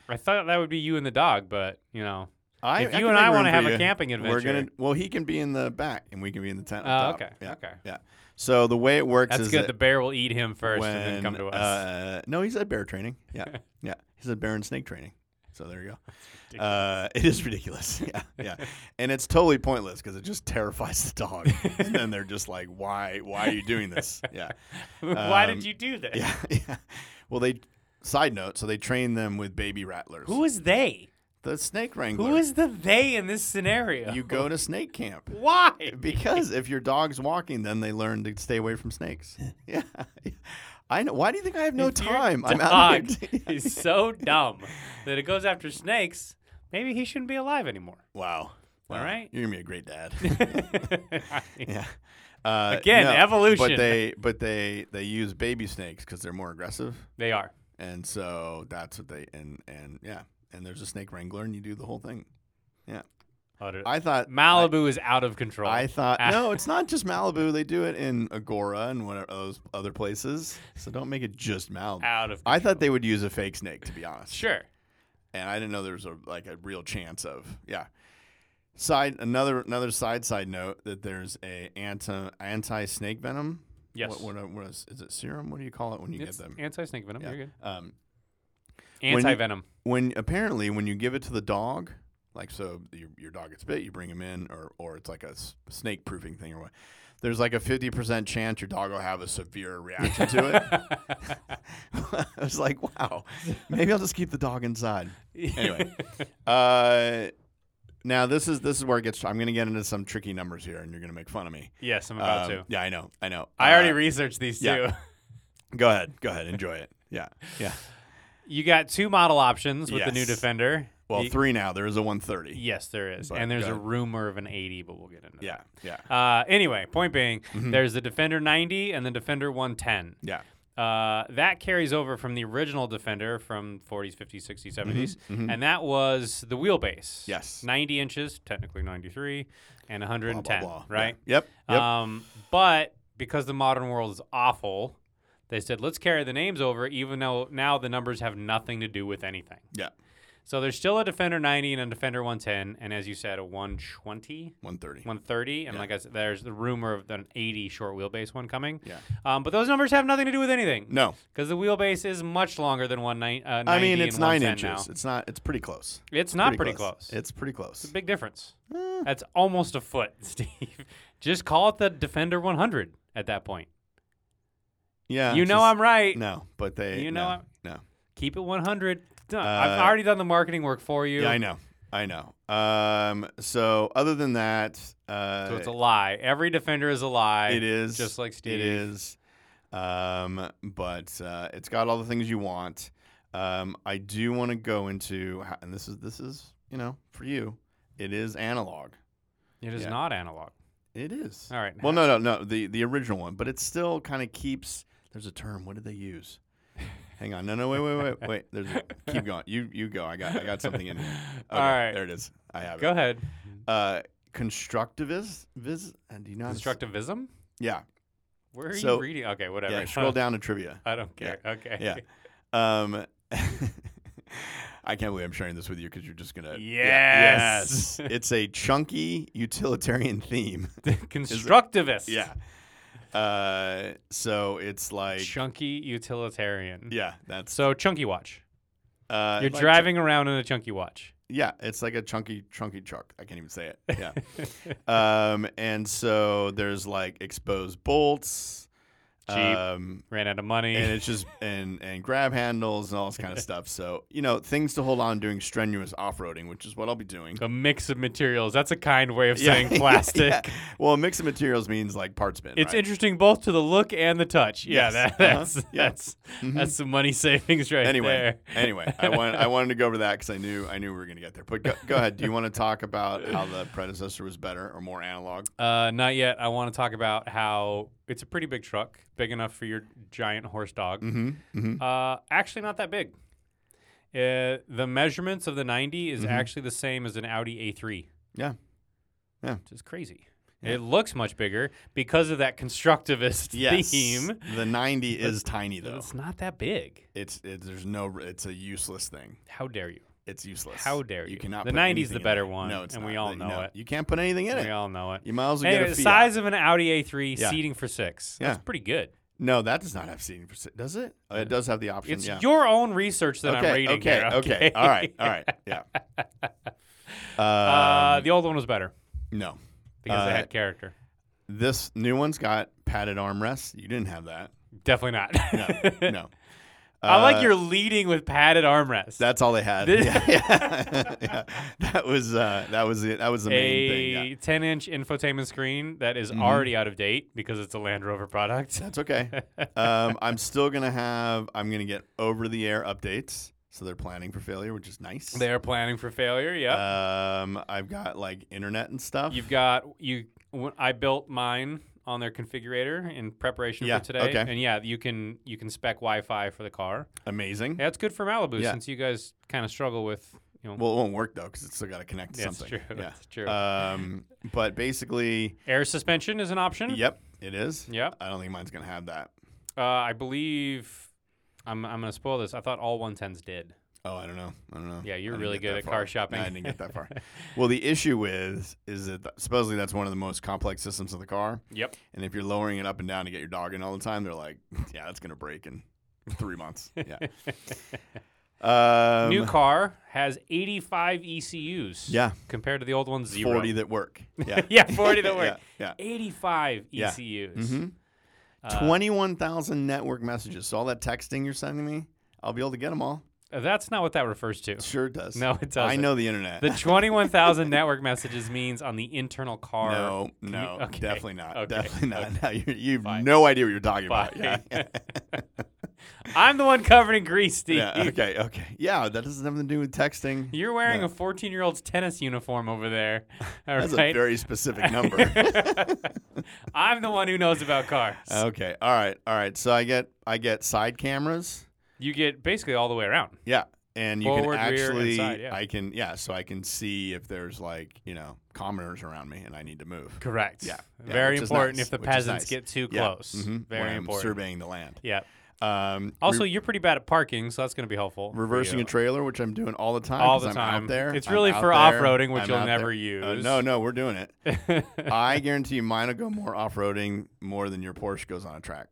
Speaker 2: I thought that would be you and the dog, but you know.
Speaker 1: I,
Speaker 2: If
Speaker 1: can
Speaker 2: you and
Speaker 1: make
Speaker 2: I
Speaker 1: room
Speaker 2: wanna
Speaker 1: for
Speaker 2: have a
Speaker 1: you.
Speaker 2: camping
Speaker 1: we're
Speaker 2: adventure.
Speaker 1: gonna. Well, he can be in the back, and we can be in the tent. up
Speaker 2: Oh,
Speaker 1: top.
Speaker 2: okay,
Speaker 1: Yeah,
Speaker 2: okay.
Speaker 1: Yeah. So the way it works
Speaker 2: That's
Speaker 1: is
Speaker 2: good.
Speaker 1: that
Speaker 2: The bear will eat him first
Speaker 1: when,
Speaker 2: and then come to us.
Speaker 1: Uh, no, he's at bear training. Yeah, yeah. He's at bear and snake training. So there you go. Uh, it is ridiculous. Yeah, yeah. And it's totally pointless because it just terrifies the dog, and then they're just like, "Why? Why are you doing this?" Yeah,
Speaker 2: Why
Speaker 1: um,
Speaker 2: did you do this?
Speaker 1: yeah, yeah. Well, they. Side note: So they train them with baby rattlers.
Speaker 2: Who is they?
Speaker 1: the snake wrangler?
Speaker 2: Who is the they in this scenario?
Speaker 1: you go to snake camp?
Speaker 2: Why?
Speaker 1: Because if your dog's walking, then they learn to stay away from snakes. Yeah. I know. Why do you think I have no
Speaker 2: If your
Speaker 1: time? I'm out
Speaker 2: dog
Speaker 1: of here.
Speaker 2: is so dumb that it goes after snakes. Maybe he shouldn't be alive anymore.
Speaker 1: Wow. Wow.
Speaker 2: right.
Speaker 1: You're going to be a great dad.
Speaker 2: Again,
Speaker 1: yeah. Uh,
Speaker 2: evolution.
Speaker 1: But they but they they use baby snakes because they're more aggressive,
Speaker 2: They are.
Speaker 1: and so that's what they and and yeah. And there's a snake wrangler, and you do the whole thing. Yeah,
Speaker 2: Utter-
Speaker 1: I thought
Speaker 2: Malibu is out of control.
Speaker 1: I thought
Speaker 2: Ah.
Speaker 1: no, it's not just Malibu. They do it in Agora and whatever those other places. So don't make it just Malibu.
Speaker 2: out of. Control.
Speaker 1: I thought they would use a fake snake to be honest.
Speaker 2: sure.
Speaker 1: and I didn't know there was a like a real chance of yeah. Side another another side side note that there's a anti anti snake venom.
Speaker 2: Yes.
Speaker 1: What, what, what is, is it serum? What do you call it when you
Speaker 2: It's
Speaker 1: get them?
Speaker 2: anti snake venom.
Speaker 1: Yeah.
Speaker 2: You're good.
Speaker 1: Um, you-
Speaker 2: Anti venom.
Speaker 1: when apparently when you give it to the dog, like so your, your dog gets bit, you bring him in, or or it's like a snake proofing thing or what. There's like a fifty percent chance your dog will have a severe reaction to it. I was like, wow, maybe I'll just keep the dog inside. Anyway, uh, now this is this is where it gets. I'm gonna get into some tricky numbers here, and you're gonna make fun of me.
Speaker 2: yes, I'm about
Speaker 1: Um,
Speaker 2: to.
Speaker 1: Yeah, I know, I know.
Speaker 2: I already
Speaker 1: Uh,
Speaker 2: researched these two.
Speaker 1: yeah. go ahead, go ahead, enjoy it. Yeah, yeah.
Speaker 2: You got two model options with the new
Speaker 1: Yes.
Speaker 2: Defender.
Speaker 1: Well,
Speaker 2: You-
Speaker 1: three now. There is a 130.
Speaker 2: yes, there is,
Speaker 1: But
Speaker 2: and there's
Speaker 1: go
Speaker 2: a
Speaker 1: ahead.
Speaker 2: rumor of an 80, but we'll get into
Speaker 1: Yeah, Mm-hmm. yeah,
Speaker 2: that. Uh, anyway, point being, there's the Defender 90 and the Defender 110.
Speaker 1: yeah.
Speaker 2: Uh, that carries over from the original Defender from 40s, 50s, 60s, 70s, and that was the wheelbase.
Speaker 1: Mm-hmm, Yes.
Speaker 2: 90 inches, technically 93, and 110, right?
Speaker 1: Yeah. Yep. Yep.
Speaker 2: Um, but because the modern world is awful, they said let's carry the names over, even though now the numbers have nothing to do with anything.
Speaker 1: yeah.
Speaker 2: So there's still a Defender 90 and a Defender 110, and as you said, a 120.
Speaker 1: 130.
Speaker 2: 130, and
Speaker 1: Yeah.
Speaker 2: like I said, there's the rumor of an 80 short wheelbase one coming.
Speaker 1: Yeah.
Speaker 2: Um, but those numbers have nothing to do with anything.
Speaker 1: no,
Speaker 2: Because the wheelbase is much longer than one nine. Uh, 90
Speaker 1: I mean it's
Speaker 2: and
Speaker 1: nine
Speaker 2: 110
Speaker 1: inches.
Speaker 2: Now.
Speaker 1: It's not. It's pretty close.
Speaker 2: It's not pretty, close.
Speaker 1: It's pretty close.
Speaker 2: Big difference.
Speaker 1: Eh,
Speaker 2: That's almost a foot, Steve. Just call it the Defender 100 at that point.
Speaker 1: yeah.
Speaker 2: you
Speaker 1: it's
Speaker 2: know
Speaker 1: just-
Speaker 2: I'm right.
Speaker 1: No, but they.
Speaker 2: You know
Speaker 1: no,
Speaker 2: I'm-
Speaker 1: No.
Speaker 2: Keep it 100. Done. I've
Speaker 1: Uh,
Speaker 2: already done the marketing work for you.
Speaker 1: Yeah, I know. I know. Um. So other than that, uh,
Speaker 2: So it's a lie. Every Defender is a lie.
Speaker 1: it is
Speaker 2: just like Steve.
Speaker 1: It is. Um. But uh, it's got all the things you want. Um. I do want to go into, ho- and this is this is you know for you, it is analog.
Speaker 2: It is
Speaker 1: Yeah.
Speaker 2: not analog.
Speaker 1: It is.
Speaker 2: All right.
Speaker 1: Well, no, no, no. The the original one, but it still kind of keeps. There's a term. What did they use? Hang on. No, no. Wait, wait, wait, wait. There's. A, keep going. You you go. I got I got something in here.
Speaker 2: All right.
Speaker 1: There it is. I have
Speaker 2: Go
Speaker 1: it.
Speaker 2: ahead.
Speaker 1: Uh, constructivist. Vis. And do you know? how to s-
Speaker 2: Constructivism?
Speaker 1: Yeah.
Speaker 2: Where are
Speaker 1: So-
Speaker 2: you reading? Okay, whatever.
Speaker 1: Yeah. Scroll down to trivia.
Speaker 2: I don't care. Okay.
Speaker 1: Yeah. Um. I can't believe I'm sharing this with you because you're just gonna. Yeah,
Speaker 2: Yes.
Speaker 1: it's a chunky utilitarian theme.
Speaker 2: Constructivist.
Speaker 1: Yeah. Uh. So it's like.
Speaker 2: Chunky utilitarian.
Speaker 1: Yeah, that's
Speaker 2: So chunky watch.
Speaker 1: uh,
Speaker 2: You're
Speaker 1: like-
Speaker 2: driving around in a chunky watch.
Speaker 1: yeah, it's like a chunky, chunky truck. I can't even say it. Yeah. um, and so there's like exposed bolts,
Speaker 2: Jeep.
Speaker 1: um,
Speaker 2: Ran out of money.
Speaker 1: and it's just and and grab handles and all this kind of stuff. So you know things to hold on during strenuous off roading, which is what I'll be doing.
Speaker 2: a mix of materials. That's a kind way of
Speaker 1: Yeah,
Speaker 2: saying
Speaker 1: yeah,
Speaker 2: plastic.
Speaker 1: yeah. Well, a mix of materials means like parts bin.
Speaker 2: It's
Speaker 1: right?
Speaker 2: interesting both to the look and the touch. Yeah,
Speaker 1: Yes.
Speaker 2: that,
Speaker 1: Uh-huh.
Speaker 2: that's
Speaker 1: Yeah. Mm-hmm.
Speaker 2: that's that's some money savings right
Speaker 1: anyway.
Speaker 2: there.
Speaker 1: anyway, I want I wanted to go over that because I knew I knew we were gonna get there. But go, go ahead. Do you want to talk about how the predecessor was better or more analog?
Speaker 2: Uh, not yet. I want to talk about how it's a pretty big truck, big enough for your giant horse dog.
Speaker 1: Mm-hmm. Mm-hmm.
Speaker 2: Uh, actually, not that big. Uh, the measurements of the 90 is
Speaker 1: Mhm.
Speaker 2: actually the same as an Audi A3.
Speaker 1: Yeah. Yeah.
Speaker 2: Which is crazy.
Speaker 1: Yeah.
Speaker 2: It looks much bigger because of that constructivist
Speaker 1: yes.
Speaker 2: theme.
Speaker 1: The 90 is tiny
Speaker 2: But
Speaker 1: though.
Speaker 2: It's not that big.
Speaker 1: It's it, there's no it's a useless thing.
Speaker 2: How dare you?
Speaker 1: It's useless.
Speaker 2: How dare you.
Speaker 1: cannot.
Speaker 2: The
Speaker 1: put
Speaker 2: 90 is
Speaker 1: anything
Speaker 2: the
Speaker 1: in
Speaker 2: better
Speaker 1: it.
Speaker 2: one,
Speaker 1: No, it's
Speaker 2: and
Speaker 1: not.
Speaker 2: we all
Speaker 1: They-
Speaker 2: know
Speaker 1: no.
Speaker 2: it.
Speaker 1: You can't put anything in
Speaker 2: We
Speaker 1: it.
Speaker 2: all know it.
Speaker 1: You might as well
Speaker 2: Anyway,
Speaker 1: get a
Speaker 2: the
Speaker 1: Fiat.
Speaker 2: size of an Audi A3,
Speaker 1: Yeah.
Speaker 2: seating for six.
Speaker 1: Yeah.
Speaker 2: That's pretty good.
Speaker 1: No, that does not have seating for si- does it? Uh, It does have the option.
Speaker 2: It's
Speaker 1: yeah.
Speaker 2: your own research that
Speaker 1: okay,
Speaker 2: I'm reading
Speaker 1: okay,
Speaker 2: here.
Speaker 1: okay, All right. All right. Yeah.
Speaker 2: Uh,
Speaker 1: Um,
Speaker 2: the old one was better
Speaker 1: no.
Speaker 2: because it
Speaker 1: uh,
Speaker 2: had character.
Speaker 1: This new one's got padded armrests. You didn't have that.
Speaker 2: Definitely not.
Speaker 1: No. no.
Speaker 2: I
Speaker 1: Uh,
Speaker 2: like your leading with padded armrests.
Speaker 1: That's all they had.
Speaker 2: This-
Speaker 1: yeah, yeah. Yeah. That was uh, that was it. That was the main thing. Yeah. Mm-hmm.
Speaker 2: a 10 inch infotainment screen that is already out of date because it's a Land Rover product.
Speaker 1: That's okay. Um, I'm still gonna have. I'm gonna get over the air updates, so they're planning for failure, which is nice.
Speaker 2: They are planning for failure. Yep.
Speaker 1: Um, I've got like internet and stuff.
Speaker 2: You've got you. When I built mine on their configurator in preparation
Speaker 1: Yeah,
Speaker 2: for today,
Speaker 1: okay.
Speaker 2: and yeah, you can you can spec Wi-Fi for the car.
Speaker 1: Amazing.
Speaker 2: That's good for Malibu
Speaker 1: Yeah.
Speaker 2: since you guys kind of struggle with You know,
Speaker 1: Well, it won't work though because it's still got to connect to
Speaker 2: That's
Speaker 1: something.
Speaker 2: true,
Speaker 1: Yeah.
Speaker 2: that's true.
Speaker 1: Um, but basically,
Speaker 2: air suspension is an option.
Speaker 1: yep, it is.
Speaker 2: Yep.
Speaker 1: I don't think mine's gonna have that.
Speaker 2: Uh, I believe I'm, I'm going to spoil this. I thought all 110s did.
Speaker 1: Oh, I don't know. I don't know.
Speaker 2: Yeah, you're
Speaker 1: I didn't
Speaker 2: really
Speaker 1: get
Speaker 2: good
Speaker 1: that
Speaker 2: at
Speaker 1: far.
Speaker 2: car shopping.
Speaker 1: No, I didn't get that far. well, the issue is, is that th- supposedly that's one of the most complex systems of the car,
Speaker 2: Yep.
Speaker 1: and if you're lowering it up and down to get your dog in all the time, they're like, yeah, that's gonna break in three months. Yeah. Um,
Speaker 2: New car has 85 ECUs.
Speaker 1: Yeah.
Speaker 2: Compared to the old one, zero.
Speaker 1: Forty that work. Yeah.
Speaker 2: yeah, 40 that work. E
Speaker 1: Yeah. yeah.
Speaker 2: 85
Speaker 1: Yeah.
Speaker 2: ECUs.
Speaker 1: Mhm.
Speaker 2: Uh,
Speaker 1: 21,000 network messages. So all that texting you're sending me, I'll be able to get them all.
Speaker 2: That's not what that refers to.
Speaker 1: Sure does.
Speaker 2: No, it doesn't.
Speaker 1: I know the internet.
Speaker 2: The 21,000 network messages means on the internal car.
Speaker 1: no, no,
Speaker 2: okay,
Speaker 1: definitely not.
Speaker 2: okay,
Speaker 1: Definitely not. Now you, you've
Speaker 2: Fine.
Speaker 1: no idea what you're talking about. Yeah.
Speaker 2: Fine. I'm the one covered in grease, Steve.
Speaker 1: yeah. Okay. Okay. Yeah. That doesn't have anything to do with texting.
Speaker 2: You're wearing
Speaker 1: No.
Speaker 2: a 14 year old's tennis uniform over there. All
Speaker 1: That's a
Speaker 2: right?
Speaker 1: very specific number.
Speaker 2: I'm the one who knows about cars.
Speaker 1: okay. All right. All right. So I get I get side cameras.
Speaker 2: you get basically all the way around.
Speaker 1: Yeah. And you
Speaker 2: Forward,
Speaker 1: can
Speaker 2: rear, and
Speaker 1: actually,
Speaker 2: side, yeah.
Speaker 1: I can, yeah. So I can see if there's like, you know, commoners around me and I need to move.
Speaker 2: Correct.
Speaker 1: Yeah, yeah,
Speaker 2: Very
Speaker 1: which is
Speaker 2: important
Speaker 1: nice,
Speaker 2: if the
Speaker 1: which is
Speaker 2: peasants
Speaker 1: nice.
Speaker 2: get too
Speaker 1: Yeah,
Speaker 2: close.
Speaker 1: mhm, when
Speaker 2: Very
Speaker 1: I'm
Speaker 2: important.
Speaker 1: Surveying the land.
Speaker 2: Yeah.
Speaker 1: Um,
Speaker 2: Also,
Speaker 1: re-
Speaker 2: you're pretty bad at parking, so that's going to be helpful. for
Speaker 1: reversing
Speaker 2: you.
Speaker 1: a trailer, which I'm doing all the time.
Speaker 2: All
Speaker 1: 'cause
Speaker 2: the
Speaker 1: I'm
Speaker 2: time.
Speaker 1: out there.
Speaker 2: It's
Speaker 1: I'm
Speaker 2: really
Speaker 1: out
Speaker 2: for
Speaker 1: there,
Speaker 2: off-roading, which
Speaker 1: I'm
Speaker 2: you'll
Speaker 1: out
Speaker 2: never
Speaker 1: there. Uh,
Speaker 2: use.
Speaker 1: no, no, we're doing it. I guarantee you, mine will go more off-roading more than your Porsche goes on a track.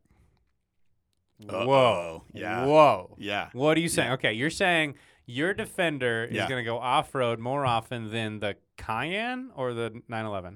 Speaker 2: Whoa.
Speaker 1: Yeah.
Speaker 2: Whoa.
Speaker 1: Yeah.
Speaker 2: What are you saying? Okay, you're saying your Defender is
Speaker 1: Yeah.
Speaker 2: going to go off road more often than the Cayenne or the 911?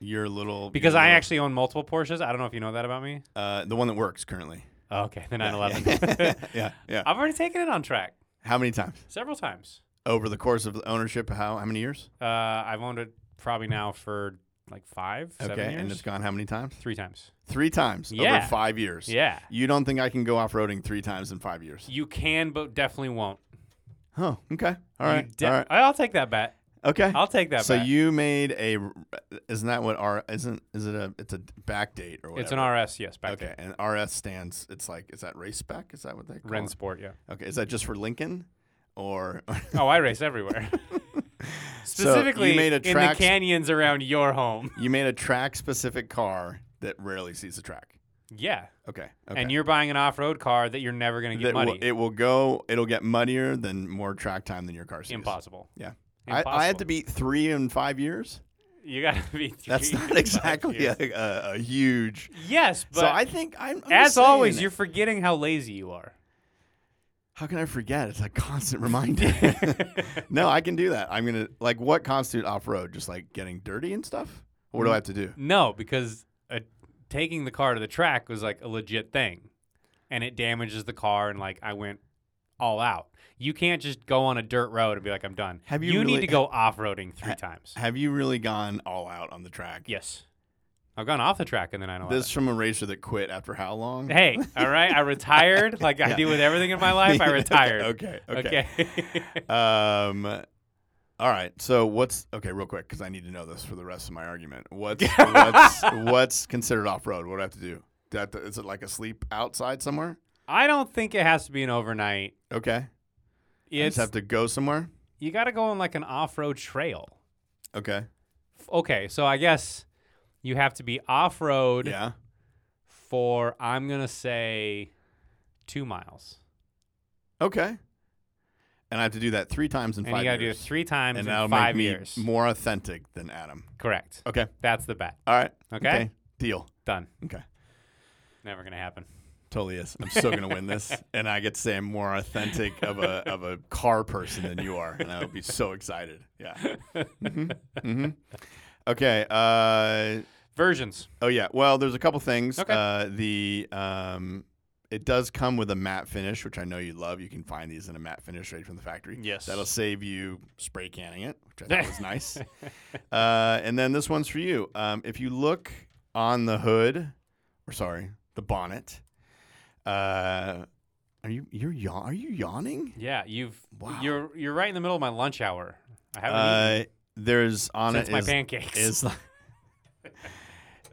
Speaker 1: Your little
Speaker 2: Because
Speaker 1: your
Speaker 2: I
Speaker 1: little-
Speaker 2: actually own multiple Porsches. I don't know if you know that about me.
Speaker 1: uh, the one that works currently.
Speaker 2: Oh, okay, the
Speaker 1: Yeah,
Speaker 2: 911.
Speaker 1: Yeah. yeah. yeah.
Speaker 2: I've already taken it on track
Speaker 1: How many times
Speaker 2: several times.
Speaker 1: over the course of ownership? How how many years?
Speaker 2: Uh, I've owned it probably now for like five, seven
Speaker 1: okay,
Speaker 2: years.
Speaker 1: and it's gone how many times?
Speaker 2: Three times.
Speaker 1: Three times
Speaker 2: Yeah.
Speaker 1: over five years.
Speaker 2: Yeah.
Speaker 1: You don't think I can go off-roading three times in five years?
Speaker 2: You can, but definitely won't.
Speaker 1: Oh, okay. All
Speaker 2: You
Speaker 1: right.
Speaker 2: de-
Speaker 1: All right.
Speaker 2: I'll take that bet.
Speaker 1: Okay.
Speaker 2: I'll take that
Speaker 1: so
Speaker 2: bet.
Speaker 1: you made a isn't that what R isn't is it a it's a back date or whatever?
Speaker 2: it's an RS, yes, back
Speaker 1: Okay,
Speaker 2: okay.
Speaker 1: and RS stands. It's like is that race spec? Is that what they call
Speaker 2: Ren
Speaker 1: it?
Speaker 2: Sport, yeah.
Speaker 1: Okay, is that just for Lincoln or
Speaker 2: Oh, I race everywhere. Specifically
Speaker 1: made a
Speaker 2: in the
Speaker 1: track-
Speaker 2: canyons around your home.
Speaker 1: you made a track specific car that rarely sees the track?
Speaker 2: Yeah.
Speaker 1: Okay, okay.
Speaker 2: And you're buying an off-road car that you're never going to get
Speaker 1: That will-
Speaker 2: muddy.
Speaker 1: it will go. It'll get muddier than more track time than your car sees.
Speaker 2: Impossible.
Speaker 1: Yeah. I,
Speaker 2: Impossible.
Speaker 1: I have to beat three in five years.
Speaker 2: You got to be three.
Speaker 1: That's
Speaker 2: to
Speaker 1: not
Speaker 2: five
Speaker 1: exactly
Speaker 2: years.
Speaker 1: a, a, a huge.
Speaker 2: Yes, but
Speaker 1: so I think I'm. I'm
Speaker 2: as
Speaker 1: just saying
Speaker 2: always,
Speaker 1: it.
Speaker 2: you're forgetting how lazy you are.
Speaker 1: How can I forget? It's a constant reminder. no, I can do that. I'm gonna like what constitute off road? Just like getting dirty and stuff. What do I have to do?
Speaker 2: No, because uh, taking the car to the track was like a legit thing, and it damages the car. And like I went all out. You can't just go on a dirt road and be like, I'm done.
Speaker 1: Have you
Speaker 2: need
Speaker 1: really-
Speaker 2: to go off roading three
Speaker 1: Ha-
Speaker 2: times.
Speaker 1: Have you really gone all out on the track?
Speaker 2: Yes, I've gone off the track in the 911.
Speaker 1: This from a racer that quit after how long?
Speaker 2: Hey, all right, I retired. Like I
Speaker 1: Yeah.
Speaker 2: do with everything in my life, I retired.
Speaker 1: okay. Okay.
Speaker 2: okay.
Speaker 1: Um. All right. So what's okay? Real quick, because I need to know this for the rest of my argument. What's what's, what's considered off road? What do I have to do? Do I have to- Is it like a sleep outside somewhere?
Speaker 2: I don't think it has to be an overnight.
Speaker 1: Okay. I
Speaker 2: It's
Speaker 1: just have to go somewhere.
Speaker 2: you got to go on like an off-road trail.
Speaker 1: Okay.
Speaker 2: F- Okay, so I guess you have to be off-road
Speaker 1: Yeah.
Speaker 2: for I'm gonna say two miles,
Speaker 1: Okay. And I have to do that three times in
Speaker 2: and
Speaker 1: five
Speaker 2: you gotta
Speaker 1: years.
Speaker 2: do it three times
Speaker 1: and that'll
Speaker 2: in
Speaker 1: make
Speaker 2: five
Speaker 1: me
Speaker 2: years.
Speaker 1: more authentic than Adam.
Speaker 2: Correct.
Speaker 1: Okay.
Speaker 2: That's the bet.
Speaker 1: All right.
Speaker 2: Okay.
Speaker 1: Deal.
Speaker 2: Done.
Speaker 1: Okay.
Speaker 2: Never gonna happen.
Speaker 1: Totally is. I'm still gonna win this, and I get to say I'm more authentic of a of a car person than you are, and I would be so excited. Yeah. Mhm. Mhm. Okay. Uh,
Speaker 2: Versions.
Speaker 1: oh yeah. Well, there's a couple things.
Speaker 2: Okay.
Speaker 1: Uh, the um, it does come with a matte finish, which I know you love. You can find these in a matte finish right from the factory.
Speaker 2: Yes.
Speaker 1: That'll save you spray canning it, which I thought was nice. Uh, and then this one's for you. Um, if you look on the hood, or sorry, the bonnet, uh, are you you're yaw- are you yawning?
Speaker 2: Yeah, you've.
Speaker 1: Wow.
Speaker 2: You're you're right in the middle of my lunch hour. I haven't eaten
Speaker 1: Uh, there's on
Speaker 2: since
Speaker 1: it
Speaker 2: my
Speaker 1: is-
Speaker 2: pancakes.
Speaker 1: is like,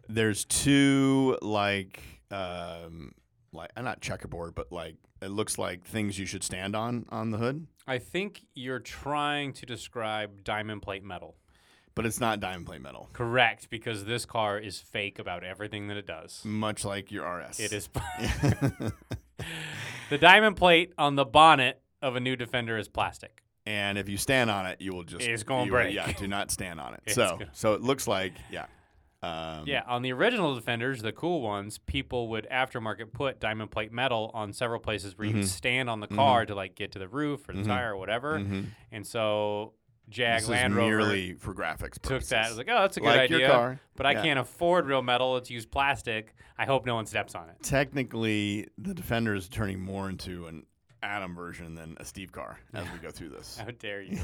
Speaker 1: there's two like um, like uh, not checkerboard, but like it looks like things you should stand on on the hood,
Speaker 2: I think you're trying to describe diamond plate metal.
Speaker 1: but it's not diamond plate metal.
Speaker 2: Correct, because this car is fake about everything that it does.
Speaker 1: Much like your RS,
Speaker 2: It is the diamond plate on the bonnet of a new Defender is plastic.
Speaker 1: and if you stand on it, you will just
Speaker 2: It's gonna
Speaker 1: you will-
Speaker 2: break.
Speaker 1: Yeah, do not stand on it.
Speaker 2: It's
Speaker 1: so
Speaker 2: gonna-
Speaker 1: so it looks like yeah, um,
Speaker 2: Yeah, on the original Defenders, the cool ones, people would aftermarket put diamond plate metal on several places where you
Speaker 1: Mm-hmm.
Speaker 2: could stand on the car to like get to the roof or the tire or whatever. And so Jag
Speaker 1: Mm-hmm. This
Speaker 2: Land
Speaker 1: is
Speaker 2: Rover
Speaker 1: merely for graphics.
Speaker 2: took
Speaker 1: Purposes.
Speaker 2: that. I was like, oh, that's a good
Speaker 1: Like your
Speaker 2: idea.
Speaker 1: car.
Speaker 2: But I
Speaker 1: Yeah.
Speaker 2: can't afford real metal. Let's use plastic. I hope no one steps on it.
Speaker 1: Technically, the Defender is turning more into an Adam version than a Steve car as we go through this.
Speaker 2: How dare you?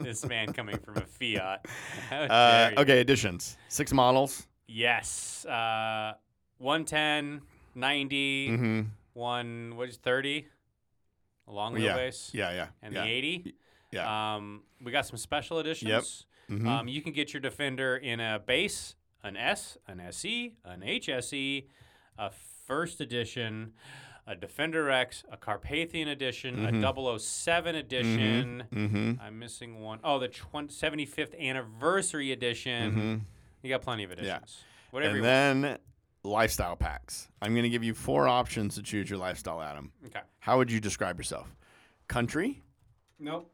Speaker 2: this man coming from a Fiat. How
Speaker 1: Uh,
Speaker 2: dare you?
Speaker 1: okay, additions. Six models.
Speaker 2: Yes. Uh, 110, 90,
Speaker 1: Mm-hmm.
Speaker 2: one, what is 30? A long
Speaker 1: Yeah.
Speaker 2: wheelbase.
Speaker 1: Yeah, yeah.
Speaker 2: And
Speaker 1: yeah.
Speaker 2: the 80.
Speaker 1: Yeah.
Speaker 2: Um, we got some special editions.
Speaker 1: Mhm.
Speaker 2: Um, you can get your Defender in a base, an S, an SE, an HSE, a first edition, a Defender X, a Carpathian edition, a 007 edition.
Speaker 1: Mm-hmm.
Speaker 2: I'm missing one. Oh, the 20, 75th anniversary edition. You got plenty of editions. Whatever
Speaker 1: Mm-hmm. And
Speaker 2: you
Speaker 1: then lifestyle packs. I'm going to give you four options to choose your lifestyle, Adam.
Speaker 2: want. Okay.
Speaker 1: How would you describe yourself? Country,
Speaker 2: Nope.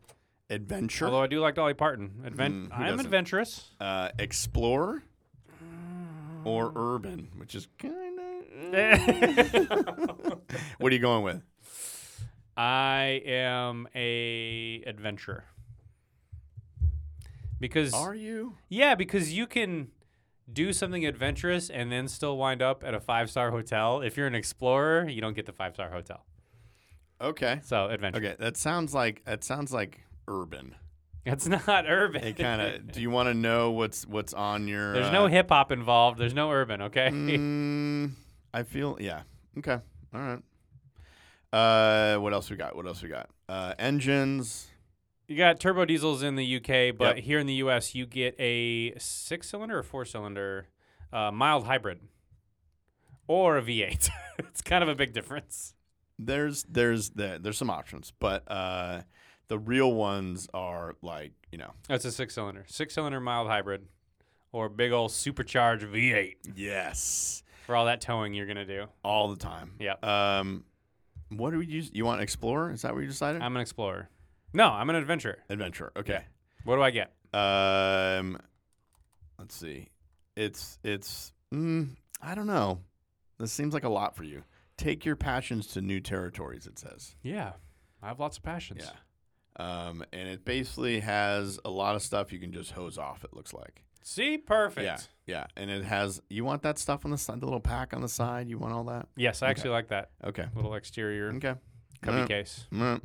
Speaker 1: adventure,
Speaker 2: Although I do like Dolly Parton. Advent-
Speaker 1: Mm, who
Speaker 2: I'm
Speaker 1: doesn't?
Speaker 2: adventurous.
Speaker 1: uh, explorer, or urban, which is kind
Speaker 2: Eh.
Speaker 1: of. what are you going with?
Speaker 2: I am a adventurer. Because
Speaker 1: Are you?
Speaker 2: yeah, because you can do something adventurous and then still wind up at a five star hotel. If you're an explorer, you don't get the five star hotel.
Speaker 1: Okay.
Speaker 2: So adventure.
Speaker 1: Okay. That sounds like that sounds like urban.
Speaker 2: It's not urban.
Speaker 1: It kind of. do you want to know what's what's on your?
Speaker 2: There's
Speaker 1: uh,
Speaker 2: no hip hop involved. There's no urban. Okay.
Speaker 1: Mm, I feel yeah. Okay. All right. Uh, what else we got? What else we got? Uh, engines.
Speaker 2: You got turbo diesels in the UK, but here in the US, you get a six cylinder or four cylinder uh, mild hybrid or a V8. it's kind of a big difference.
Speaker 1: There's there's the, there's some options, but uh, the real ones are like you know.
Speaker 2: That's a six cylinder, six cylinder mild hybrid or big old supercharged V8
Speaker 1: Yes.
Speaker 2: for all that towing you're going to do.
Speaker 1: All the time.
Speaker 2: Yep.
Speaker 1: Um, what do we use? You want Explorer? Is that what you decided?
Speaker 2: I'm an explorer. No, I'm an adventurer.
Speaker 1: Adventure. Okay.
Speaker 2: What do I get?
Speaker 1: Um, let's see. It's it's. Mm, I don't know. This seems like a lot for you. Take your passions to new territories. It says.
Speaker 2: Yeah, I have lots of passions.
Speaker 1: Yeah. Um, and it basically has a lot of stuff you can just hose off. It looks like.
Speaker 2: See, perfect.
Speaker 1: Yeah. Yeah. And it has. You want that stuff on the side, the little pack on the side. You want all that?
Speaker 2: Yes, I actually like that
Speaker 1: Okay.
Speaker 2: little exterior
Speaker 1: Okay.
Speaker 2: cubby
Speaker 1: Alright.
Speaker 2: case.
Speaker 1: Alright.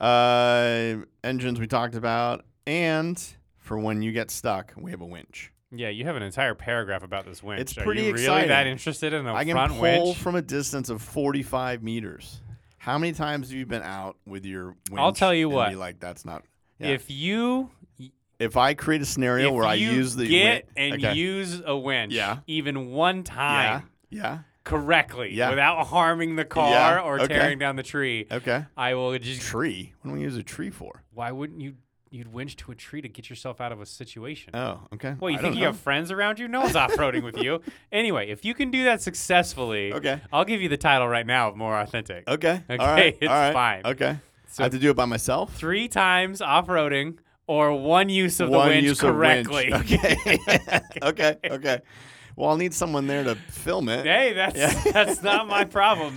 Speaker 1: Uh, engines we talked about, and for when you get stuck, we have a winch.
Speaker 2: Yeah, you have an entire paragraph about this winch.
Speaker 1: It's
Speaker 2: Are
Speaker 1: pretty
Speaker 2: you really
Speaker 1: exciting.
Speaker 2: that interested in a
Speaker 1: I can
Speaker 2: front
Speaker 1: pull
Speaker 2: winch?
Speaker 1: from a distance of 45 meters. How many times have you been out with your winch?
Speaker 2: I'll tell you
Speaker 1: and
Speaker 2: what.
Speaker 1: Be like that's not. Yeah. If
Speaker 2: If you
Speaker 1: I create a scenario
Speaker 2: if
Speaker 1: where I
Speaker 2: you
Speaker 1: use the
Speaker 2: get
Speaker 1: win-
Speaker 2: and
Speaker 1: okay.
Speaker 2: use a winch,
Speaker 1: Yeah.
Speaker 2: even one
Speaker 1: yeah,
Speaker 2: time
Speaker 1: yeah,
Speaker 2: correctly,
Speaker 1: Yeah.
Speaker 2: without harming the car
Speaker 1: Yeah,
Speaker 2: or
Speaker 1: okay.
Speaker 2: tearing down the tree,
Speaker 1: okay.
Speaker 2: I will just.
Speaker 1: Tree. What do we use a tree for?
Speaker 2: Why wouldn't you? You'd winch to a tree to get yourself out of a situation.
Speaker 1: Oh, okay.
Speaker 2: well, you
Speaker 1: I
Speaker 2: think
Speaker 1: don't
Speaker 2: you
Speaker 1: know.
Speaker 2: have friends around you? No one's off-roading with you. Anyway, if you can do that successfully,
Speaker 1: Okay.
Speaker 2: I'll give you the title right now of more authentic.
Speaker 1: Okay.
Speaker 2: Okay,
Speaker 1: All right.
Speaker 2: it's
Speaker 1: All right.
Speaker 2: fine.
Speaker 1: Okay. I
Speaker 2: So-
Speaker 1: have to do it by myself.
Speaker 2: three times off-roading or one use of
Speaker 1: One
Speaker 2: the winch
Speaker 1: use
Speaker 2: correctly.
Speaker 1: of winch. Okay. okay. Okay. Well, I'll need someone there to film it.
Speaker 2: hey, that's
Speaker 1: Yeah.
Speaker 2: that's not my problem,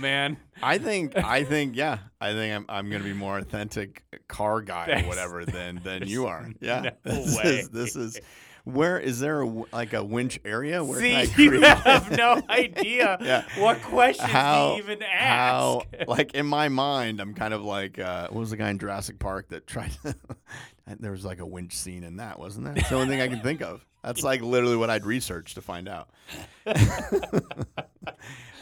Speaker 2: man.
Speaker 1: I think I think yeah. I think I'm I'm gonna be more authentic car guy or whatever than than you are. Yeah.
Speaker 2: no
Speaker 1: this
Speaker 2: way.
Speaker 1: is this is where is there a w like a winch area where can I
Speaker 2: See, you
Speaker 1: create
Speaker 2: have no idea
Speaker 1: Yeah.
Speaker 2: what questions
Speaker 1: how
Speaker 2: you even ask.
Speaker 1: how like in my mind I'm kind of like uh, what was the guy in Jurassic Park that tried to I- There was like a winch scene in that, wasn't there? It's the only thing I can think of. That's like literally what I'd research to find out. All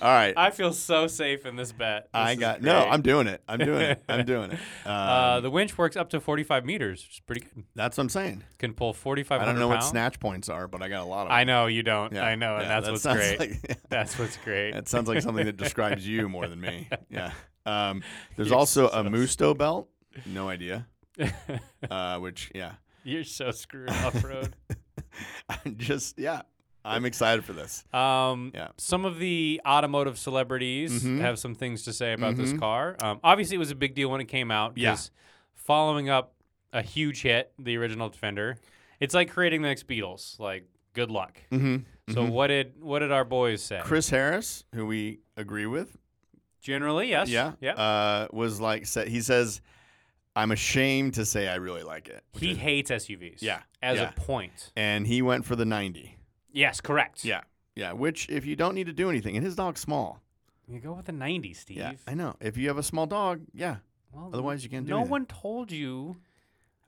Speaker 1: right.
Speaker 2: I feel so safe in this bet. This
Speaker 1: I
Speaker 2: is
Speaker 1: got no.
Speaker 2: great.
Speaker 1: I'm doing it. I'm doing it. I'm doing it. Uh,
Speaker 2: Uh, the winch works up to 45 meters, which is pretty good.
Speaker 1: that's what I'm saying.
Speaker 2: Can pull 45.
Speaker 1: I don't know what snatch points are, but I got a lot of.
Speaker 2: I
Speaker 1: them.
Speaker 2: know you don't.
Speaker 1: Yeah,
Speaker 2: I know,
Speaker 1: yeah,
Speaker 2: and that's
Speaker 1: that
Speaker 2: what's
Speaker 1: sounds
Speaker 2: great.
Speaker 1: like-
Speaker 2: That's what's great.
Speaker 1: That sounds like something that describes you more than me. Yeah. Um, there's
Speaker 2: You're
Speaker 1: also a
Speaker 2: so
Speaker 1: Musto belt. No idea. Uh, which yeah,
Speaker 2: You're so screwed off road.
Speaker 1: I'm just yeah. I'm excited for this.
Speaker 2: Um,
Speaker 1: Yeah.
Speaker 2: Some of the automotive celebrities
Speaker 1: Mhm.
Speaker 2: have some things to say about this
Speaker 1: Mhm.
Speaker 2: car. Um, obviously, it was a big deal when it came out.
Speaker 1: Yeah.
Speaker 2: 'cause Following up a huge hit, the original Defender, it's like creating the next Beatles. Like, good luck.
Speaker 1: Mm-hmm.
Speaker 2: So what did what did our boys say?
Speaker 1: Chris Harris, who we agree with,
Speaker 2: Generally, yes.
Speaker 1: yeah,
Speaker 2: Yeah.
Speaker 1: uh, was like sa- he says, "I'm ashamed to say I really like it." which
Speaker 2: he
Speaker 1: is-
Speaker 2: hates SUVs.
Speaker 1: Yeah,
Speaker 2: As
Speaker 1: yeah.
Speaker 2: a point.
Speaker 1: and he went for the 90.
Speaker 2: Yes, correct.
Speaker 1: Yeah, yeah. Which if you don't need to do anything, and his dog's small.
Speaker 2: You go with the 90, Steve.
Speaker 1: Yeah, I know. If you have a small dog, yeah.
Speaker 2: Well,
Speaker 1: Otherwise, you can't do
Speaker 2: No
Speaker 1: anything.
Speaker 2: one told you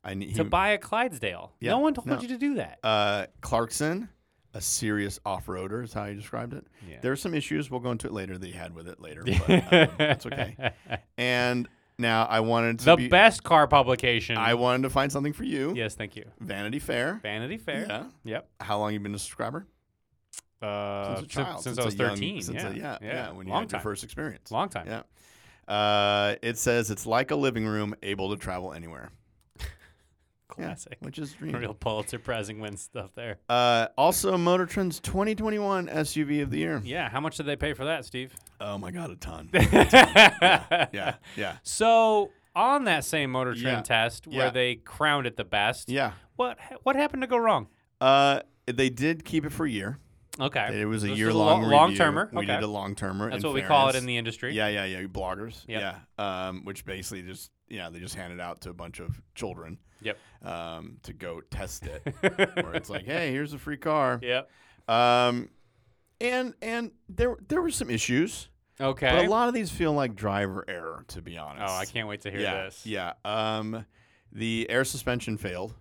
Speaker 1: I need
Speaker 2: to buy a Clydesdale.
Speaker 1: Yeah,
Speaker 2: no one told
Speaker 1: no.
Speaker 2: you to do that.
Speaker 1: uh, Clarkson, a serious off-roader is how he described it.
Speaker 2: Yeah.
Speaker 1: There are some issues we'll go into it later that he had with it later, but um, that's okay. And now I wanted to
Speaker 2: the
Speaker 1: be,
Speaker 2: best car publication.
Speaker 1: I wanted to find something for you.
Speaker 2: yes, thank you.
Speaker 1: Vanity Fair.
Speaker 2: Vanity Fair.
Speaker 1: Yeah.
Speaker 2: Yep.
Speaker 1: How long you been a subscriber?
Speaker 2: Uh,
Speaker 1: since a child.
Speaker 2: Since, I
Speaker 1: a
Speaker 2: was
Speaker 1: young-
Speaker 2: 13.
Speaker 1: since
Speaker 2: yeah.
Speaker 1: a- yeah,
Speaker 2: yeah.
Speaker 1: When you
Speaker 2: Long
Speaker 1: had
Speaker 2: time.
Speaker 1: your first experience.
Speaker 2: Long time.
Speaker 1: Yeah. Uh, it says it's like a living room, able to travel anywhere. Yeah,
Speaker 2: Classic.
Speaker 1: which is a dream.
Speaker 2: Real Pulitzer Prize and win stuff there.
Speaker 1: Uh, also, Motor Trend's 2021 SUV of the year.
Speaker 2: Yeah. How much did they pay for that, Steve?
Speaker 1: Oh my God, a ton.
Speaker 2: yeah.
Speaker 1: yeah, yeah,
Speaker 2: So on that same motor trend
Speaker 1: Yeah.
Speaker 2: test where
Speaker 1: Yeah.
Speaker 2: they crowned it the best,
Speaker 1: yeah.
Speaker 2: what what happened to go wrong?
Speaker 1: Uh, they did keep it for a year.
Speaker 2: Okay,
Speaker 1: It was a
Speaker 2: This is
Speaker 1: year long
Speaker 2: lo-
Speaker 1: review.
Speaker 2: long-termer,
Speaker 1: We
Speaker 2: okay.
Speaker 1: did a long termer.
Speaker 2: that's what we call it in the industry.
Speaker 1: Yeah, yeah, yeah. you Bloggers.
Speaker 2: Yep.
Speaker 1: Yeah. Um, which basically just yeah they just hand it out to a bunch of children.
Speaker 2: Yep.
Speaker 1: Um, to go test it, where it's like, hey, here's a free car.
Speaker 2: Yep.
Speaker 1: Um, and and there there were some issues, but
Speaker 2: Okay.
Speaker 1: a lot of these feel like driver error, to be honest.
Speaker 2: oh, I can't wait to hear
Speaker 1: yeah,
Speaker 2: this.
Speaker 1: yeah. Um, the air suspension failed.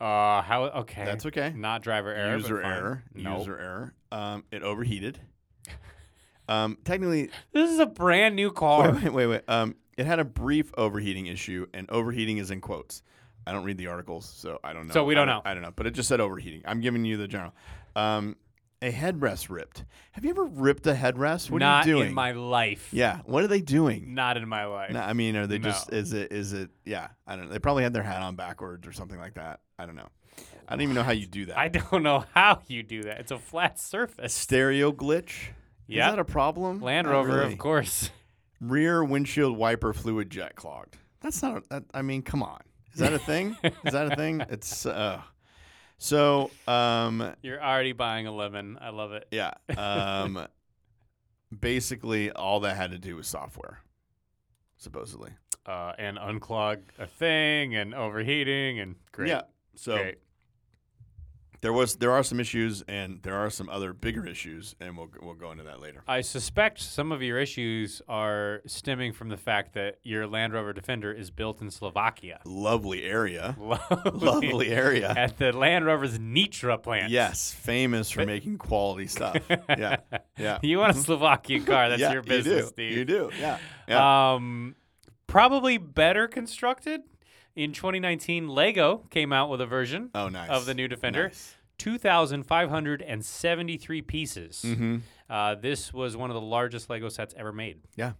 Speaker 2: Uh, how? Okay.
Speaker 1: That's okay.
Speaker 2: Not driver error. but
Speaker 1: User
Speaker 2: fine.
Speaker 1: error.
Speaker 2: Nope.
Speaker 1: User error. Um, it overheated. Um, technically,
Speaker 2: This is a brand new
Speaker 1: wait,
Speaker 2: car.
Speaker 1: wait, wait, wait. Um, it had a brief overheating issue, and overheating is in quotes. I don't read the articles, so I don't know.
Speaker 2: So we don't
Speaker 1: I
Speaker 2: know.
Speaker 1: I don't know, but it just said overheating. I'm giving you the general. Um, a headrest ripped. Have you ever ripped a headrest? What
Speaker 2: Not
Speaker 1: are you doing?
Speaker 2: in my life.
Speaker 1: yeah. What are they doing?
Speaker 2: Not in my life.
Speaker 1: No, I mean, are they
Speaker 2: No.
Speaker 1: just? Is it? Is it? Yeah. I don't know. They probably had their hat on backwards or something like that. I don't know. I don't even know how you do that.
Speaker 2: I don't know how you do that. It's a flat surface.
Speaker 1: Stereo glitch.
Speaker 2: Yeah.
Speaker 1: Is that a problem?
Speaker 2: Land
Speaker 1: Not
Speaker 2: Rover,
Speaker 1: really.
Speaker 2: of course.
Speaker 1: Rear windshield wiper fluid jet clogged. That's not. A, that, I mean, come on. Is that a thing? Is that a thing? It's. Uh, so um,
Speaker 2: You're already buying a lemon. I love it.
Speaker 1: yeah. Um, basically, all that had to do was software, supposedly.
Speaker 2: Uh, and unclog a thing and overheating and great.
Speaker 1: Yeah. So
Speaker 2: Great.
Speaker 1: there was there are some issues, and there are some other bigger issues, and we'll we'll go into that later.
Speaker 2: I suspect some of your issues are stemming from the fact that your Land Rover Defender is built in Slovakia.
Speaker 1: Lovely area.
Speaker 2: Lovely.
Speaker 1: Lovely area.
Speaker 2: At the Land Rover's Nitra plant.
Speaker 1: Yes, famous for making quality stuff. Yeah, yeah.
Speaker 2: You want a Slovakian car. That's
Speaker 1: yeah,
Speaker 2: your business,
Speaker 1: you do.
Speaker 2: Steve.
Speaker 1: You do. Yeah. yeah.
Speaker 2: Um, probably better constructed. In 2019, Lego came out with a version
Speaker 1: oh, nice.
Speaker 2: of the new Defender. 2,573 pieces.
Speaker 1: Mm-hmm.
Speaker 2: Uh, this was one of the largest Lego sets ever made.
Speaker 1: Yeah.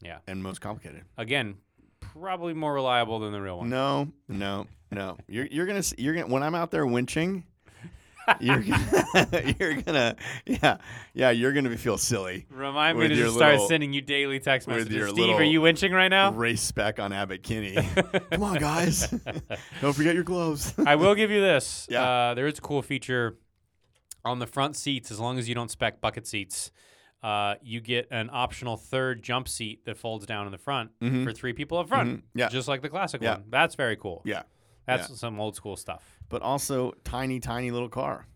Speaker 2: Yeah.
Speaker 1: And most complicated.
Speaker 2: Again, probably more reliable than the real one.
Speaker 1: No, no, no. You're you're gonna s- you're gonna when I'm out there winching. You're gonna, you're gonna, yeah, yeah. You're gonna feel silly.
Speaker 2: Remind me
Speaker 1: With
Speaker 2: to
Speaker 1: your
Speaker 2: just start
Speaker 1: little-
Speaker 2: sending you daily text
Speaker 1: with
Speaker 2: messages.
Speaker 1: your
Speaker 2: Steve, are
Speaker 1: little-
Speaker 2: you winching right now?
Speaker 1: Race spec on Abbott Kinney. Come on, guys. Don't forget your gloves.
Speaker 2: I will give you this.
Speaker 1: Yeah.
Speaker 2: Uh, there is a cool feature on the front seats, as long as you don't spec bucket seats. Uh, you get an optional third jump seat that folds down in the front
Speaker 1: Mhm.
Speaker 2: for three people up front,
Speaker 1: Mhm. Yeah.
Speaker 2: just like the classic
Speaker 1: Yeah.
Speaker 2: one. That's very cool.
Speaker 1: yeah,
Speaker 2: That's some old school stuff.
Speaker 1: but also tiny, tiny little car.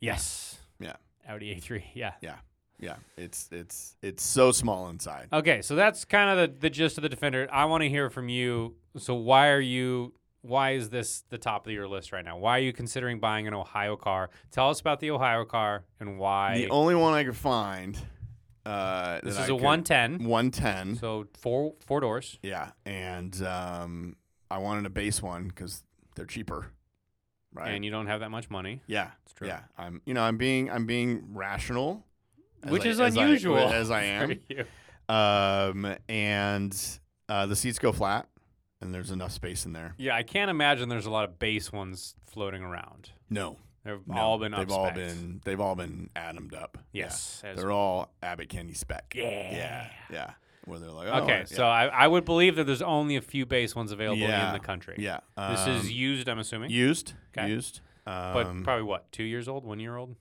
Speaker 2: Yes.
Speaker 1: Yeah.
Speaker 2: Audi A3. Yeah.
Speaker 1: Yeah, yeah. It's it's it's so small inside.
Speaker 2: Okay, so that's kind of the, the gist of the defender. I want to hear from you. So why are you why is this the top of your list right now? Why are you considering buying an Ohio car? Tell us about the Ohio car and why.
Speaker 1: The only one I could find. Uh,
Speaker 2: this
Speaker 1: that
Speaker 2: is
Speaker 1: I
Speaker 2: a
Speaker 1: could-
Speaker 2: 110,
Speaker 1: 110.
Speaker 2: so four four doors.
Speaker 1: yeah. And um, I wanted a base one because they're cheaper. Right.
Speaker 2: And you don't have that much money.
Speaker 1: yeah.
Speaker 2: It's true.
Speaker 1: Yeah. I'm, you know, I'm being, I'm being rational. as
Speaker 2: Which
Speaker 1: I-
Speaker 2: is
Speaker 1: as I-
Speaker 2: unusual
Speaker 1: as I
Speaker 2: For
Speaker 1: am.
Speaker 2: you.
Speaker 1: Um, and uh, the seats go flat, and there's enough space in there.
Speaker 2: Yeah, I can't imagine there's a lot of base ones floating around.
Speaker 1: No,
Speaker 2: They've
Speaker 1: no,
Speaker 2: all been
Speaker 1: they've
Speaker 2: up
Speaker 1: all
Speaker 2: spec.
Speaker 1: been they've all been atomed up. Yeah.
Speaker 2: Yes. as-
Speaker 1: they're all Abbott Kenny spec. yeah,
Speaker 2: Yeah.
Speaker 1: yeah. Where they're like, oh,
Speaker 2: okay,
Speaker 1: yeah.
Speaker 2: so I, I would believe that there's only a few base ones available
Speaker 1: Yeah,
Speaker 2: in the country.
Speaker 1: yeah,
Speaker 2: This
Speaker 1: um,
Speaker 2: is used, I'm assuming,
Speaker 1: used,
Speaker 2: Okay.
Speaker 1: used, um,
Speaker 2: but probably what, two years old, one year old?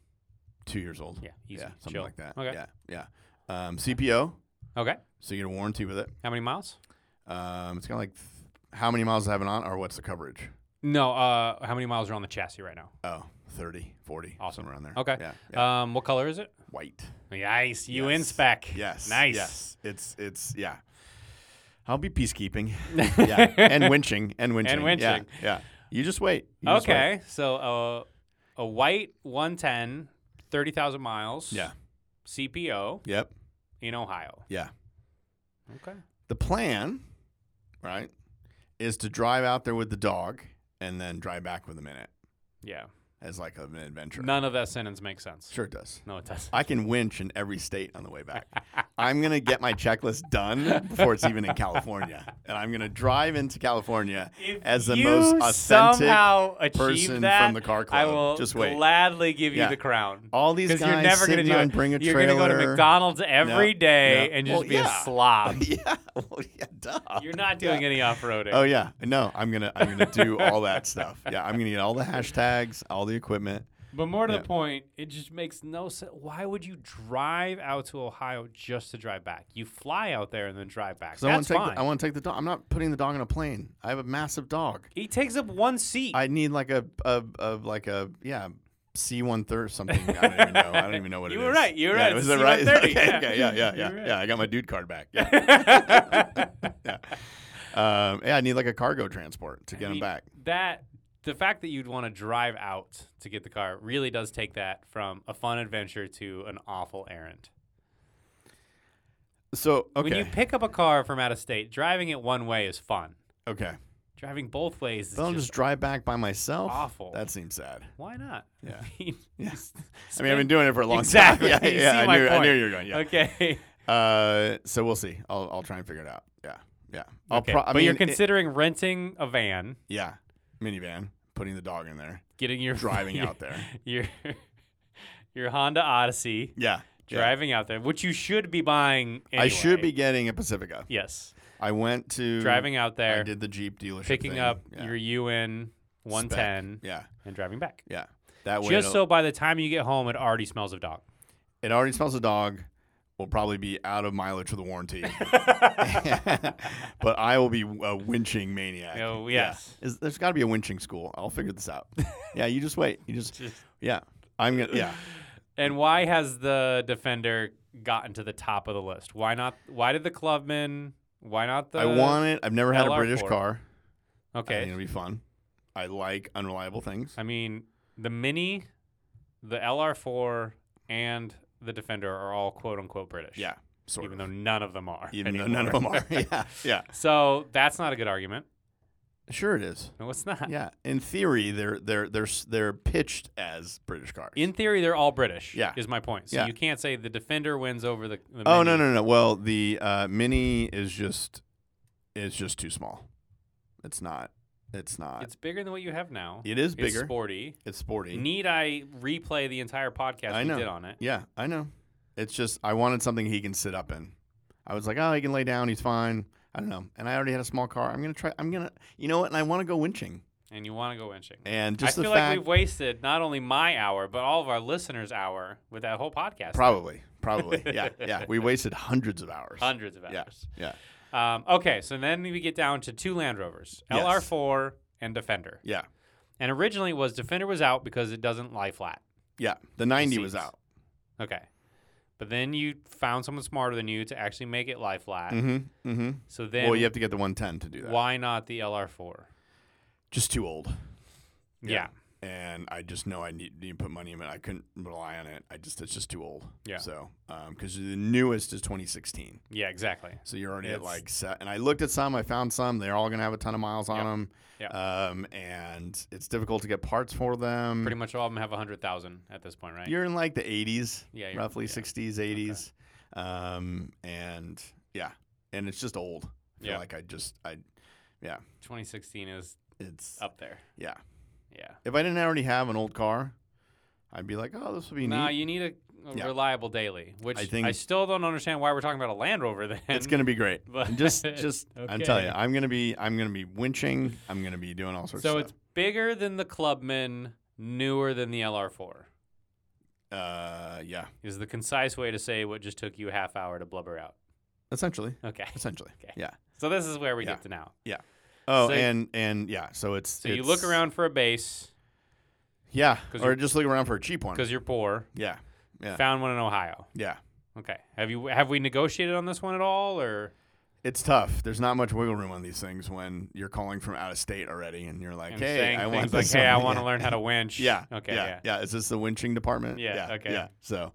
Speaker 1: two years old.
Speaker 2: Yeah, easy.
Speaker 1: yeah, something
Speaker 2: chill.
Speaker 1: like that.
Speaker 2: Okay.
Speaker 1: Yeah, yeah. Um, CPO,
Speaker 2: Okay.
Speaker 1: so you get a warranty with it.
Speaker 2: How many miles?
Speaker 1: Um, it's kind of like th- how many miles have it on, or what's the coverage?
Speaker 2: No, uh, how many miles are on the chassis right now?
Speaker 1: Oh, 30, 40,
Speaker 2: Awesome.
Speaker 1: somewhere around there.
Speaker 2: Okay.
Speaker 1: Yeah, yeah.
Speaker 2: Um, what color is it?
Speaker 1: White.
Speaker 2: Nice. You in
Speaker 1: Yes.
Speaker 2: spec.
Speaker 1: Yes.
Speaker 2: Nice.
Speaker 1: Yes. It's it's yeah. I'll be peacekeeping. yeah. And winching. And winching. Yeah.
Speaker 2: winching.
Speaker 1: yeah. You just wait. You just wait.
Speaker 2: Okay. So uh, a white 110, 30,000 miles.
Speaker 1: Yeah.
Speaker 2: CPO
Speaker 1: Yep.
Speaker 2: in Ohio.
Speaker 1: Yeah.
Speaker 2: Okay.
Speaker 1: The plan, right, is to drive out there with the dog and then drive back with a minute
Speaker 2: Yeah.
Speaker 1: as like an adventure.
Speaker 2: None of that sentence makes sense.
Speaker 1: Sure it does.
Speaker 2: No, it doesn't.
Speaker 1: I can winch in every state on the way back. I'm gonna get my checklist done before it's even in California, and I'm gonna drive into California as the
Speaker 2: you
Speaker 1: most authentic
Speaker 2: somehow achieve
Speaker 1: person
Speaker 2: that,
Speaker 1: from the car
Speaker 2: I
Speaker 1: club.
Speaker 2: will
Speaker 1: Just wait.
Speaker 2: gladly give you
Speaker 1: Yeah.
Speaker 2: the crown.
Speaker 1: All these guys
Speaker 2: you're never
Speaker 1: sitting
Speaker 2: gonna do
Speaker 1: on
Speaker 2: it.
Speaker 1: bring a
Speaker 2: you're
Speaker 1: trailer.
Speaker 2: gonna go to McDonald's every
Speaker 1: No,
Speaker 2: day
Speaker 1: no.
Speaker 2: and just
Speaker 1: Well,
Speaker 2: be
Speaker 1: yeah.
Speaker 2: a slob.
Speaker 1: yeah, well, yeah, duh.
Speaker 2: You're not doing any off-roading.
Speaker 1: Oh yeah, no, I'm gonna I'm gonna do all that stuff. Yeah, I'm gonna get all the hashtags, all the equipment.
Speaker 2: But more to
Speaker 1: Yeah.
Speaker 2: the point, it just makes no sense. Why would you drive out to Ohio just to drive back? You fly out there and then drive back.
Speaker 1: 'Cause I want
Speaker 2: That's
Speaker 1: to take
Speaker 2: fine.
Speaker 1: the, I want to take the dog. I'm not putting the dog in a plane. I have a massive dog.
Speaker 2: he takes up one seat.
Speaker 1: I need like a a, a like a yeah. C-130 something. I don't even know. I don't even know what
Speaker 2: You
Speaker 1: it is.
Speaker 2: were right. You were
Speaker 1: Yeah,
Speaker 2: right.
Speaker 1: Was
Speaker 2: It's
Speaker 1: it
Speaker 2: a
Speaker 1: right?
Speaker 2: C-130.
Speaker 1: Okay, okay. Yeah, yeah,
Speaker 2: You
Speaker 1: yeah.
Speaker 2: were right.
Speaker 1: Yeah, I got my dude card back. Yeah. um, yeah, I need like a cargo transport to get him
Speaker 2: mean,
Speaker 1: back.
Speaker 2: That the fact that you'd want to drive out to get the car really does take that from a fun adventure to an awful errand.
Speaker 1: So, okay.
Speaker 2: When you pick up a car from out of state, driving it one way is fun.
Speaker 1: okay.
Speaker 2: Driving both ways is
Speaker 1: Then I'll
Speaker 2: just,
Speaker 1: just drive back by myself.
Speaker 2: awful.
Speaker 1: That seems sad.
Speaker 2: why not?
Speaker 1: Yeah.
Speaker 2: I mean,
Speaker 1: Yeah. I mean, I've been
Speaker 2: spend-
Speaker 1: doing it for a long
Speaker 2: Exactly.
Speaker 1: time.
Speaker 2: You
Speaker 1: Yeah, yeah.
Speaker 2: see
Speaker 1: I
Speaker 2: my
Speaker 1: knew, I
Speaker 2: point.
Speaker 1: knew you were going. Yeah.
Speaker 2: okay.
Speaker 1: Uh, so we'll see. I'll, I'll try and figure it out. Yeah, yeah. I'll
Speaker 2: Okay,
Speaker 1: pro- I
Speaker 2: but you're
Speaker 1: mean, it-
Speaker 2: considering renting a van,
Speaker 1: yeah, minivan, putting the dog in there,
Speaker 2: getting your
Speaker 1: driving
Speaker 2: your,
Speaker 1: out there.
Speaker 2: your your Honda Odyssey,
Speaker 1: Yeah, yeah.
Speaker 2: driving out there, which you should be buying. Anyway.
Speaker 1: I should be getting a Pacifica.
Speaker 2: yes
Speaker 1: I went to
Speaker 2: driving out
Speaker 1: I
Speaker 2: there,
Speaker 1: did the Jeep dealership,
Speaker 2: picking
Speaker 1: thing.
Speaker 2: up
Speaker 1: yeah.
Speaker 2: your UN 110
Speaker 1: Spec. Yeah,
Speaker 2: and driving back.
Speaker 1: yeah. That way,
Speaker 2: Just
Speaker 1: it'll-
Speaker 2: so by the time you get home, it already smells of dog.
Speaker 1: it already smells a dog. Will probably be out of mileage for the warranty, but I will be a winching maniac.
Speaker 2: Oh,
Speaker 1: Yeah.
Speaker 2: yes.
Speaker 1: Is- there's got to be a winching school. I'll figure this out. yeah, you just wait. You just
Speaker 2: Just-
Speaker 1: yeah. I'm gonna yeah.
Speaker 2: And why has the defender gotten to the top of the list? Why not? Why did the clubman? Why not the?
Speaker 1: I want it. I've never had a
Speaker 2: LR4.
Speaker 1: British car. I think
Speaker 2: Okay,
Speaker 1: it'll be fun. I like unreliable things.
Speaker 2: I mean the mini, the LR4, and the defender are all quote unquote British.
Speaker 1: Yeah, sort
Speaker 2: even
Speaker 1: of.
Speaker 2: though none of them are.
Speaker 1: Even though
Speaker 2: anymore.
Speaker 1: none of them are. yeah, yeah.
Speaker 2: So that's not a good argument.
Speaker 1: Sure, it is.
Speaker 2: No, it's not.
Speaker 1: Yeah, in theory, they're they're they're s- they're pitched as British cars.
Speaker 2: In theory, they're all British.
Speaker 1: Yeah.
Speaker 2: is my point. So
Speaker 1: Yeah.
Speaker 2: you can't say the defender wins over the. the
Speaker 1: oh
Speaker 2: Mini.
Speaker 1: no no no. Well, the uh, Mini is just is just too small. It's not. It's not. It's,
Speaker 2: It's bigger than what you have now. It's
Speaker 1: bigger.
Speaker 2: sporty.
Speaker 1: it's sporty.
Speaker 2: Need I replay the entire podcast
Speaker 1: I know.
Speaker 2: we did on it?
Speaker 1: Yeah, I know. It's just I wanted something he can sit up in. I was like, oh, he can lay down. He's fine. I don't know. And I already had a small car. I'm gonna try. I'm gonna. You know what? And I want to go winching.
Speaker 2: And you want to go winching.
Speaker 1: And just the
Speaker 2: I feel like
Speaker 1: fact,
Speaker 2: we've wasted not only my hour, but all of our listeners' hour with that whole podcast.
Speaker 1: probably, probably, yeah, yeah. We wasted hundreds of hours.
Speaker 2: Hundreds of
Speaker 1: Yeah.
Speaker 2: hours.
Speaker 1: Yeah,
Speaker 2: Um, okay, so then we get down to two Land Rovers,
Speaker 1: Yes.
Speaker 2: LR4 and Defender.
Speaker 1: yeah,
Speaker 2: And originally it was Defender was out because it doesn't lie flat.
Speaker 1: yeah. The 90 was
Speaker 2: seats.
Speaker 1: out.
Speaker 2: Okay. But then you found someone smarter than you to actually make it
Speaker 1: Mm.
Speaker 2: lie flat.
Speaker 1: Mm-hmm. Mm-hmm.
Speaker 2: So then
Speaker 1: well, you have to get the 110 to do that.
Speaker 2: why not the LR4?
Speaker 1: just too old.
Speaker 2: Yeah.
Speaker 1: And I just know I need, need to put money in it. I couldn't rely on it. I just it's just too old.
Speaker 2: Yeah.
Speaker 1: So, because the newest is 2016,
Speaker 2: Yeah, exactly.
Speaker 1: so you're already at
Speaker 2: It's-
Speaker 1: like set. And I looked at some. I found some. They're all gonna have a ton of miles on
Speaker 2: Yep.
Speaker 1: them.
Speaker 2: Yep.
Speaker 1: Um, and it's difficult to get parts for them.
Speaker 2: Pretty much all of them have 100,000 at this point, right?
Speaker 1: You're in like the 80s,
Speaker 2: Yeah, you're-
Speaker 1: roughly
Speaker 2: yeah.
Speaker 1: 60s, 80s, um, and yeah, and it's just old. I feel
Speaker 2: Yeah.
Speaker 1: like I just I,
Speaker 2: 2016 is
Speaker 1: it's
Speaker 2: up there.
Speaker 1: yeah.
Speaker 2: Yeah.
Speaker 1: If I didn't already have an old car, I'd be like, oh, this would be
Speaker 2: Nah,
Speaker 1: neat.
Speaker 2: you need a, a
Speaker 1: Yeah.
Speaker 2: reliable daily, which I,
Speaker 1: think-
Speaker 2: still don't understand why we're talking about a Land Rover then.
Speaker 1: It's gonna be great.
Speaker 2: But-
Speaker 1: just just I'm telling you,
Speaker 2: Okay.
Speaker 1: I'm gonna be I'm gonna be winching. I'm gonna be doing all sorts.
Speaker 2: so
Speaker 1: of
Speaker 2: it's bigger than the Clubman, newer than the LR4.
Speaker 1: stuff. uh yeah,
Speaker 2: Is the concise way to say what just took you a half hour to blubber out.
Speaker 1: essentially,
Speaker 2: Okay.
Speaker 1: essentially,
Speaker 2: Okay.
Speaker 1: yeah.
Speaker 2: So this is where we
Speaker 1: Yeah.
Speaker 2: get to now.
Speaker 1: Oh,
Speaker 2: So-
Speaker 1: and and yeah, so it's
Speaker 2: So you look
Speaker 1: it's-
Speaker 2: around for a base
Speaker 1: yeah,
Speaker 2: 'cause
Speaker 1: or
Speaker 2: you're-
Speaker 1: just look around for a cheap one.
Speaker 2: because you're poor.
Speaker 1: Yeah, Yeah.
Speaker 2: Found one in Ohio.
Speaker 1: yeah.
Speaker 2: Okay. Have you have we negotiated on this one at all or
Speaker 1: It's tough. There's not much wiggle room on these things when you're calling from out of state already, and you're like,
Speaker 2: and
Speaker 1: "Hey,
Speaker 2: saying
Speaker 1: I
Speaker 2: things
Speaker 1: want
Speaker 2: like,
Speaker 1: this
Speaker 2: hey, I
Speaker 1: one."
Speaker 2: want to
Speaker 1: Yeah.
Speaker 2: learn how to winch.
Speaker 1: Yeah.
Speaker 2: Okay.
Speaker 1: Yeah. Yeah. Is this the winching department?
Speaker 2: Yeah, okay.
Speaker 1: Yeah. So,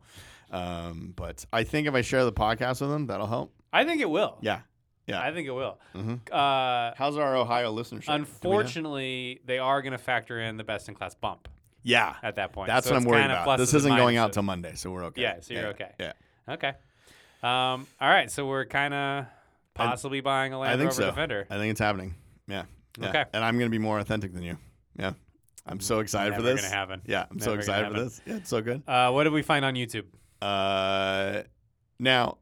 Speaker 1: um, but I think if I share the podcast with them, that'll help.
Speaker 2: I think it will.
Speaker 1: Yeah. Yeah.
Speaker 2: I think it will.
Speaker 1: Mhm.
Speaker 2: Uh,
Speaker 1: How's our Ohio listenership? Do we know?
Speaker 2: unfortunately, they are going to factor in the best in class bump
Speaker 1: Yeah.
Speaker 2: at that point.
Speaker 1: That's
Speaker 2: So
Speaker 1: what I'm
Speaker 2: it's
Speaker 1: worried
Speaker 2: kinda
Speaker 1: about.
Speaker 2: plus
Speaker 1: This
Speaker 2: to the
Speaker 1: isn't going out
Speaker 2: minus.
Speaker 1: till Monday, so we're okay.
Speaker 2: Yeah, so you're okay.
Speaker 1: Yeah.
Speaker 2: Okay. Um, all right. So we're kind of possibly buying a Land
Speaker 1: I think
Speaker 2: Rover
Speaker 1: so.
Speaker 2: Defender.
Speaker 1: I think it's happening. Yeah. Yeah.
Speaker 2: Okay.
Speaker 1: And I'm going to be more authentic than you. Yeah. I'm so excited for
Speaker 2: Never
Speaker 1: this.
Speaker 2: gonna happen.
Speaker 1: Yeah. I'm so
Speaker 2: Never gonna
Speaker 1: excited for
Speaker 2: happen.
Speaker 1: this. Yeah. It's so good.
Speaker 2: Uh, what did we find on YouTube?
Speaker 1: Uh, now,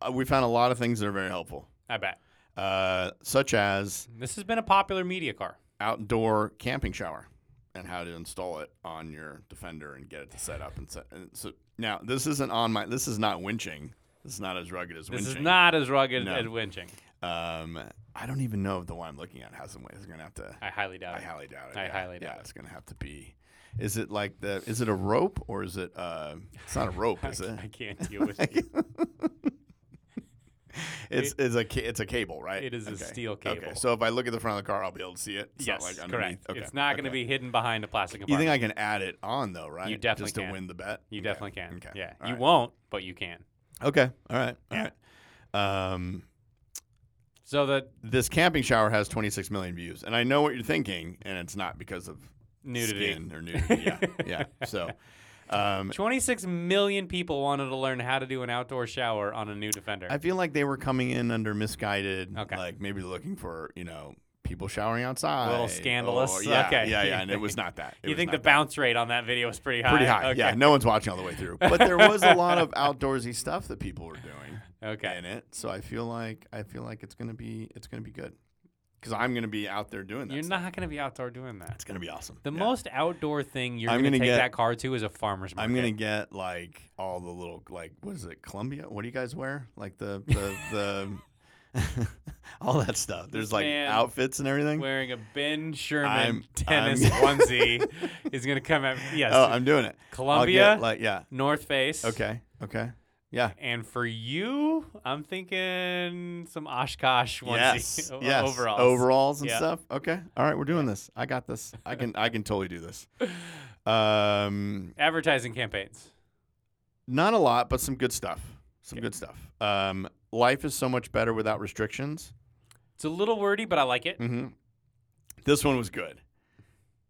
Speaker 1: uh, we found a lot of things that are very helpful,
Speaker 2: I bet
Speaker 1: uh, such as
Speaker 2: this has been a popular media car.
Speaker 1: outdoor camping shower and how to install it on your Defender and get it to set up and set. And so now, this isn't on my. This is not winching. This is not as rugged as winching.
Speaker 2: This is not as rugged
Speaker 1: No.
Speaker 2: as winching.
Speaker 1: Um, I don't even know if the one I'm looking at has some ways. I'm gonna have to.
Speaker 2: I highly doubt
Speaker 1: I
Speaker 2: it.
Speaker 1: highly doubt it.
Speaker 2: I
Speaker 1: yeah.
Speaker 2: highly doubt
Speaker 1: Yeah, it's gonna have to be. Is it like the? Is it a rope or is it? Uh, it's not a rope, is
Speaker 2: I,
Speaker 1: it?
Speaker 2: I can't deal with it.
Speaker 1: It's it's a ca- it's a cable, right?
Speaker 2: It is a steel
Speaker 1: Okay,
Speaker 2: cable.
Speaker 1: so if I look at the front of the car, I'll be able to see it. It's
Speaker 2: yes,
Speaker 1: not like underneath.
Speaker 2: correct.
Speaker 1: Okay,
Speaker 2: It's not going to
Speaker 1: okay.
Speaker 2: be hidden behind a plastic
Speaker 1: You
Speaker 2: compartment.
Speaker 1: think I can add it on though, right?
Speaker 2: definitely
Speaker 1: just to
Speaker 2: can.
Speaker 1: win the bet.
Speaker 2: You
Speaker 1: Okay,
Speaker 2: definitely can.
Speaker 1: Okay.
Speaker 2: Yeah.
Speaker 1: all
Speaker 2: You
Speaker 1: right.
Speaker 2: won't, but you can.
Speaker 1: Okay. All right. All
Speaker 2: Yeah.
Speaker 1: right. Um,
Speaker 2: So the
Speaker 1: this camping shower has 26 million views, and I know what you're thinking, and it's not because of
Speaker 2: nudity.
Speaker 1: skin or nudity. Yeah, yeah. So, um,
Speaker 2: 26 million people wanted to learn how to do an outdoor shower on a new Defender.
Speaker 1: I feel like they were coming in under misguided,
Speaker 2: Okay.
Speaker 1: like maybe looking for you know people showering outside,
Speaker 2: A little scandalous.
Speaker 1: or- yeah,
Speaker 2: Okay.
Speaker 1: yeah, yeah, and it was not that. It
Speaker 2: you
Speaker 1: was
Speaker 2: think the
Speaker 1: not that.
Speaker 2: bounce rate on that video was pretty high?
Speaker 1: pretty high?
Speaker 2: Okay.
Speaker 1: Yeah, no one's watching all the way through, but there was a lot of outdoorsy stuff that people were doing
Speaker 2: Okay.
Speaker 1: in it. So I feel like I feel like it's gonna be it's gonna be good because I'm gonna be out there doing that.
Speaker 2: You're
Speaker 1: stuff.
Speaker 2: not going to be outdoor doing that.
Speaker 1: It's gonna be awesome.
Speaker 2: The
Speaker 1: Yeah.
Speaker 2: most outdoor thing you're
Speaker 1: I'm
Speaker 2: going to
Speaker 1: gonna
Speaker 2: take
Speaker 1: get-
Speaker 2: that car to is a farmer's market.
Speaker 1: I'm gonna get like all the little like what is it Columbia? What do you guys wear? Like the the, the all that stuff. There's like
Speaker 2: man
Speaker 1: outfits and everything.
Speaker 2: Wearing a Ben Sherman
Speaker 1: I'm-
Speaker 2: tennis
Speaker 1: I'm-
Speaker 2: onesie is going to come at yes,
Speaker 1: Oh, I'm doing it. I'll
Speaker 2: Columbia,
Speaker 1: get, like yeah.
Speaker 2: North Face.
Speaker 1: Okay. Okay. Yeah.
Speaker 2: And for you, I'm thinking some Oshkosh onesie
Speaker 1: Yes.
Speaker 2: o-
Speaker 1: yes.
Speaker 2: overalls.
Speaker 1: Overalls and
Speaker 2: Yeah.
Speaker 1: stuff. Okay. All right. We're doing this. I got this. I can. I can totally do this. Um,
Speaker 2: Advertising campaigns.
Speaker 1: not a lot, but some good stuff. Some
Speaker 2: Okay.
Speaker 1: good stuff. Um, life is so much better without restrictions.
Speaker 2: It's a little wordy, but I like it.
Speaker 1: Mm-hmm. This one was good.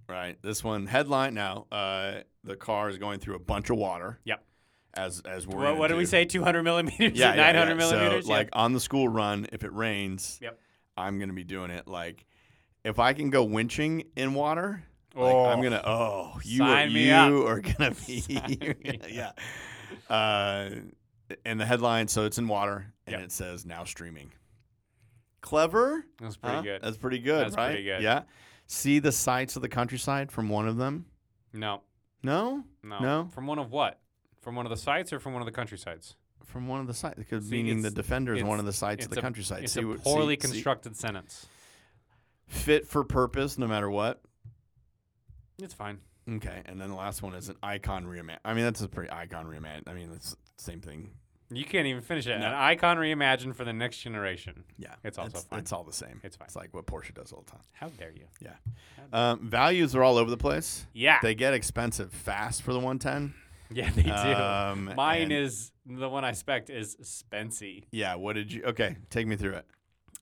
Speaker 1: Right. This one headline now. Uh, the car is going through a bunch of water.
Speaker 2: Yep.
Speaker 1: As as we're.
Speaker 2: What,
Speaker 1: gonna
Speaker 2: what did we
Speaker 1: do.
Speaker 2: say? 200 millimeters?
Speaker 1: Yeah. yeah,
Speaker 2: 900
Speaker 1: yeah.
Speaker 2: millimeters?
Speaker 1: So, like on the school run, if it rains,
Speaker 2: Yep.
Speaker 1: I'm gonna be doing it. Like, if I can go winching in water, like, I'm
Speaker 2: Oh.
Speaker 1: gonna. Oh, you are,
Speaker 2: Sign me
Speaker 1: you
Speaker 2: up.
Speaker 1: are gonna be.
Speaker 2: Sign
Speaker 1: you're
Speaker 2: me
Speaker 1: gonna- yeah. Uh, and the headline. So it's in water, and
Speaker 2: Yep.
Speaker 1: it says now streaming. Clever.
Speaker 2: that's pretty
Speaker 1: Huh?
Speaker 2: good.
Speaker 1: That's pretty good,
Speaker 2: That's
Speaker 1: right?
Speaker 2: pretty good.
Speaker 1: Yeah. See the sights of the countryside from one of them?
Speaker 2: no,
Speaker 1: No,
Speaker 2: no.
Speaker 1: No?
Speaker 2: From one of what? From one of the sites or from one of the countrysides?
Speaker 1: from one of the sites. Because
Speaker 2: See,
Speaker 1: meaning the
Speaker 2: it's-
Speaker 1: defender is one
Speaker 2: it's-
Speaker 1: of the sites of
Speaker 2: it's
Speaker 1: the
Speaker 2: a-
Speaker 1: countryside.
Speaker 2: It's
Speaker 1: See
Speaker 2: a
Speaker 1: what- see-
Speaker 2: poorly
Speaker 1: see-
Speaker 2: constructed sentence.
Speaker 1: fit for purpose, no matter what.
Speaker 2: It's fine.
Speaker 1: Okay, and then the last one is an icon reimagine. I mean, that's a pretty icon reimagine. I mean, that's the same thing.
Speaker 2: You can't even finish it.
Speaker 1: No.
Speaker 2: An icon reimagined for the next generation.
Speaker 1: Yeah,
Speaker 2: It's also
Speaker 1: it's,
Speaker 2: fine.
Speaker 1: it's all the same.
Speaker 2: It's fine.
Speaker 1: It's like what Porsche does all the time.
Speaker 2: How dare you?
Speaker 1: Yeah. Um, values are all over the place.
Speaker 2: Yeah.
Speaker 1: They get expensive fast for the 110.
Speaker 2: yeah, they do.
Speaker 1: Um,
Speaker 2: Mine
Speaker 1: and-
Speaker 2: is the one I spec is Spency.
Speaker 1: Yeah. What did you? Okay, take me through it.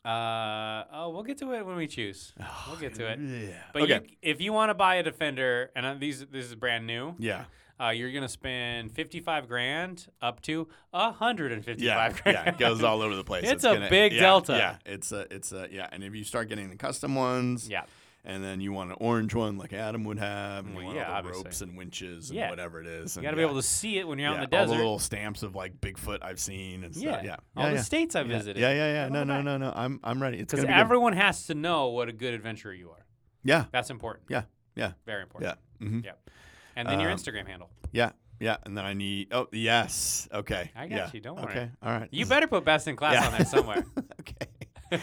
Speaker 2: Uh, oh, we'll get to it when we choose. we'll get to it.
Speaker 1: Yeah.
Speaker 2: But
Speaker 1: okay.
Speaker 2: you, if you want to buy a Defender, and uh, these this is brand new,
Speaker 1: yeah.
Speaker 2: uh, you're gonna spend fifty five grand up to hundred and fifty
Speaker 1: Yeah.
Speaker 2: five grand.
Speaker 1: yeah. It goes all over the place.
Speaker 2: It's a big
Speaker 1: yeah,
Speaker 2: delta.
Speaker 1: Yeah. It's a. It's a. Yeah. And if you start getting the custom ones.
Speaker 2: Yeah.
Speaker 1: And then you want an orange one like Adam would have. And
Speaker 2: Well,
Speaker 1: you want
Speaker 2: yeah,
Speaker 1: all the
Speaker 2: obviously.
Speaker 1: ropes and winches and
Speaker 2: Yeah.
Speaker 1: whatever it is.
Speaker 2: You
Speaker 1: and
Speaker 2: gotta
Speaker 1: yeah.
Speaker 2: be able to see it when you're out in the
Speaker 1: Yeah, all
Speaker 2: desert.
Speaker 1: the little stamps of like Bigfoot I've seen and
Speaker 2: yeah.
Speaker 1: stuff. Yeah.
Speaker 2: all
Speaker 1: yeah,
Speaker 2: the
Speaker 1: yeah.
Speaker 2: states I
Speaker 1: yeah.
Speaker 2: visited.
Speaker 1: Yeah, yeah, yeah.
Speaker 2: They're
Speaker 1: No,
Speaker 2: all
Speaker 1: no,
Speaker 2: back.
Speaker 1: no, no. I'm I'm ready. It's
Speaker 2: Because
Speaker 1: gonna be good.
Speaker 2: everyone has to know what a good adventurer you are.
Speaker 1: Yeah,
Speaker 2: That's important.
Speaker 1: yeah, yeah,
Speaker 2: Very important.
Speaker 1: yeah. hmm
Speaker 2: Yep. And then your
Speaker 1: Um,
Speaker 2: Instagram handle.
Speaker 1: Yeah, yeah. And then I need. Oh, yes. Okay.
Speaker 2: I got
Speaker 1: yeah.
Speaker 2: you, don't worry.
Speaker 1: okay. All right.
Speaker 2: You
Speaker 1: This-
Speaker 2: better put best in class
Speaker 1: Yeah.
Speaker 2: on there somewhere.
Speaker 1: okay.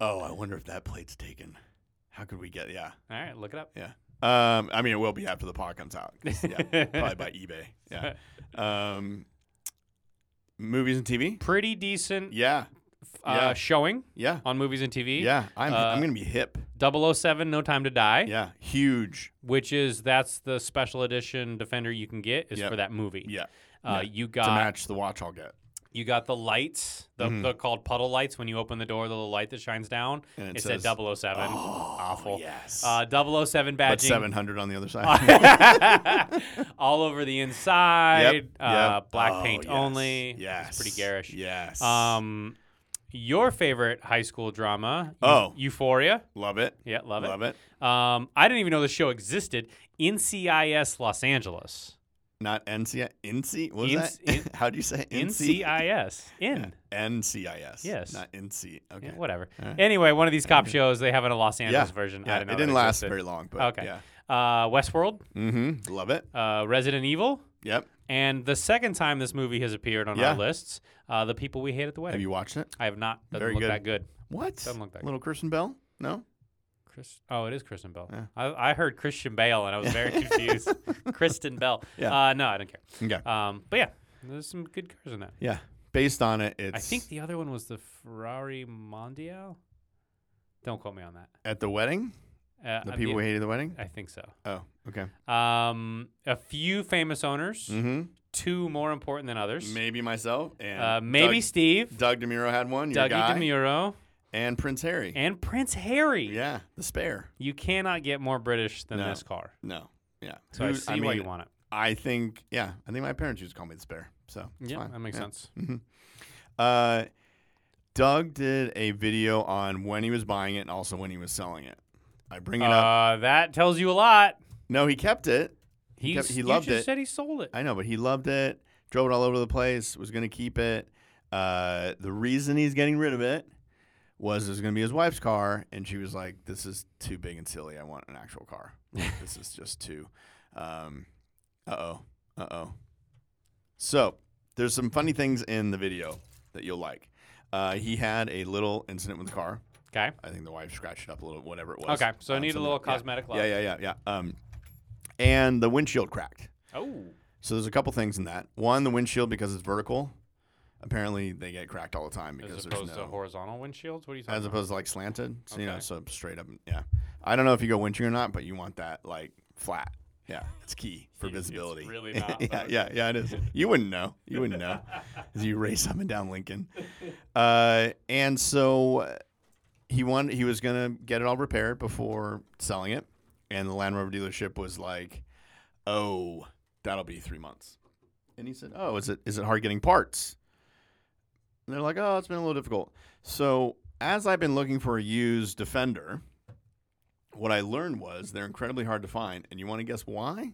Speaker 1: oh, I wonder if that plate's taken. How could we get? Yeah,
Speaker 2: All right, look it up.
Speaker 1: yeah. Um, I mean, it will be after the pod comes out. 'cause, Yeah, probably by eBay. Yeah. Um, movies and TV.
Speaker 2: Pretty decent
Speaker 1: Yeah,
Speaker 2: uh,
Speaker 1: yeah.
Speaker 2: showing
Speaker 1: yeah,
Speaker 2: on movies and TV.
Speaker 1: yeah. I'm I'm
Speaker 2: Uh,
Speaker 1: gonna be hip.
Speaker 2: 007 No Time to Die,
Speaker 1: Yeah, huge.
Speaker 2: which is that's the special edition Defender you can get is
Speaker 1: Yep.
Speaker 2: for that movie.
Speaker 1: Yeah,
Speaker 2: Uh,
Speaker 1: yeah.
Speaker 2: you
Speaker 1: to
Speaker 2: got
Speaker 1: match the watch I'll get.
Speaker 2: you got the lights, the,
Speaker 1: Mhm.
Speaker 2: the called puddle lights. When you open the door, the little light that shines down.
Speaker 1: And it
Speaker 2: it's
Speaker 1: says-
Speaker 2: a 007.
Speaker 1: Awful. Yes.
Speaker 2: Uh, 007 badging.
Speaker 1: but 700 on the other side.
Speaker 2: all over the inside. Uh,
Speaker 1: yep.
Speaker 2: Black
Speaker 1: Oh,
Speaker 2: paint
Speaker 1: yes,
Speaker 2: only.
Speaker 1: Yes.
Speaker 2: It's pretty garish.
Speaker 1: Yes.
Speaker 2: Um, your favorite high school drama? Eu-
Speaker 1: Oh.
Speaker 2: Euphoria.
Speaker 1: love it.
Speaker 2: Yeah, love it.
Speaker 1: Love it.
Speaker 2: Um, I didn't even know the show existed. NCIS Los Angeles.
Speaker 1: Not NCI. NC. What was
Speaker 2: Inc-
Speaker 1: that? How do you say it?
Speaker 2: NCIS. In.
Speaker 1: NCIS.
Speaker 2: Yes.
Speaker 1: Not NC. Okay.
Speaker 2: Yeah, whatever.
Speaker 1: All right.
Speaker 2: Anyway, one of these cop shows they have in a Los Angeles
Speaker 1: Yeah,
Speaker 2: version.
Speaker 1: Yeah,
Speaker 2: I didn't know
Speaker 1: it
Speaker 2: that
Speaker 1: didn't last
Speaker 2: existed.
Speaker 1: very long, but
Speaker 2: Okay.
Speaker 1: yeah.
Speaker 2: Uh, Westworld,
Speaker 1: Mm-hmm. Love it.
Speaker 2: uh, Resident Evil,
Speaker 1: Yep.
Speaker 2: and the second time this movie has appeared on
Speaker 1: Yeah.
Speaker 2: our lists, uh, the people we hate at the wedding.
Speaker 1: Have you watched it?
Speaker 2: I have not. Doesn't
Speaker 1: Very
Speaker 2: look
Speaker 1: good.
Speaker 2: that good.
Speaker 1: What?
Speaker 2: Doesn't look that
Speaker 1: Little Kirsten Bell? No.
Speaker 2: Chris, oh, it is Kristen Bell.
Speaker 1: Yeah.
Speaker 2: I, I heard Christian Bale and I was very confused. Kristen Bell.
Speaker 1: Yeah.
Speaker 2: Uh, no, I don't care.
Speaker 1: Okay.
Speaker 2: Um, but yeah, there's some good cars in that.
Speaker 1: Yeah. Based on it, it's
Speaker 2: I think the other one was the Ferrari Mondial. Don't quote me on that.
Speaker 1: at the wedding.
Speaker 2: Uh,
Speaker 1: The
Speaker 2: I'd
Speaker 1: people
Speaker 2: be-
Speaker 1: who hated the wedding.
Speaker 2: I think so.
Speaker 1: Oh, okay.
Speaker 2: Um, a few famous owners,
Speaker 1: Mm-hmm.
Speaker 2: two more important than others.
Speaker 1: Maybe myself and
Speaker 2: uh, maybe
Speaker 1: Doug,
Speaker 2: Steve,
Speaker 1: Doug Demuro had one. Your
Speaker 2: Dougie
Speaker 1: guy,
Speaker 2: DeMuro,
Speaker 1: and Prince Harry.
Speaker 2: and Prince Harry.
Speaker 1: yeah, the spare.
Speaker 2: You cannot get more British than
Speaker 1: No.
Speaker 2: this car.
Speaker 1: No. Yeah.
Speaker 2: So I
Speaker 1: Who-
Speaker 2: see why you
Speaker 1: mean,
Speaker 2: want it.
Speaker 1: I think, yeah, I think my parents used to call me the spare. So it's
Speaker 2: Yeah,
Speaker 1: fine.
Speaker 2: that makes
Speaker 1: Yeah.
Speaker 2: sense.
Speaker 1: Uh, Doug did a video on when he was buying it and also when he was selling it. I bring it up.
Speaker 2: Uh, that tells you a lot.
Speaker 1: No, he kept it.
Speaker 2: He
Speaker 1: kept- he
Speaker 2: you
Speaker 1: loved
Speaker 2: just
Speaker 1: it.
Speaker 2: Said he sold it.
Speaker 1: I know, but he loved it. Drove it all over the place. Was going to keep it. Uh, the reason he's getting rid of it was it was going to be his wife's car, and she was like, "This is too big and silly. I want an actual car. Like, this is just too." Um, uh oh. Uh oh. So there's some funny things in the video that you'll like. Uh, he had a little incident with the car.
Speaker 2: Okay.
Speaker 1: I think the wife scratched it up a little, whatever it was.
Speaker 2: Okay. So I
Speaker 1: Um,
Speaker 2: need a
Speaker 1: something-
Speaker 2: little
Speaker 1: yeah.
Speaker 2: cosmetic love.
Speaker 1: Yeah, yeah, yeah, yeah. Um, and the windshield cracked.
Speaker 2: Oh.
Speaker 1: So there's a couple things in that. One, the windshield because it's vertical. Apparently, they get cracked all the time because
Speaker 2: As
Speaker 1: there's
Speaker 2: opposed to
Speaker 1: no,
Speaker 2: horizontal windshields? What are you talking
Speaker 1: as
Speaker 2: about?
Speaker 1: opposed to like slanted. So you know,
Speaker 2: Okay.
Speaker 1: so straight up. Yeah, I don't know if you go windshield or not, but you want that like flat. Yeah, it's key for
Speaker 2: It's- it's
Speaker 1: visibility.
Speaker 2: really not,
Speaker 1: yeah,
Speaker 2: but
Speaker 1: yeah, yeah. It is. You wouldn't know. You wouldn't know as you race up and down Lincoln. Uh, and so uh, he won. He was gonna get it all repaired before selling it, and the Land Rover dealership was like, "Oh, that'll be three months." And he said, "Oh, is it is it hard getting parts?" And they're like, "Oh, it's been a little difficult." So as I've been looking for a used Defender, what I learned was they're incredibly hard to find. And you want to guess why?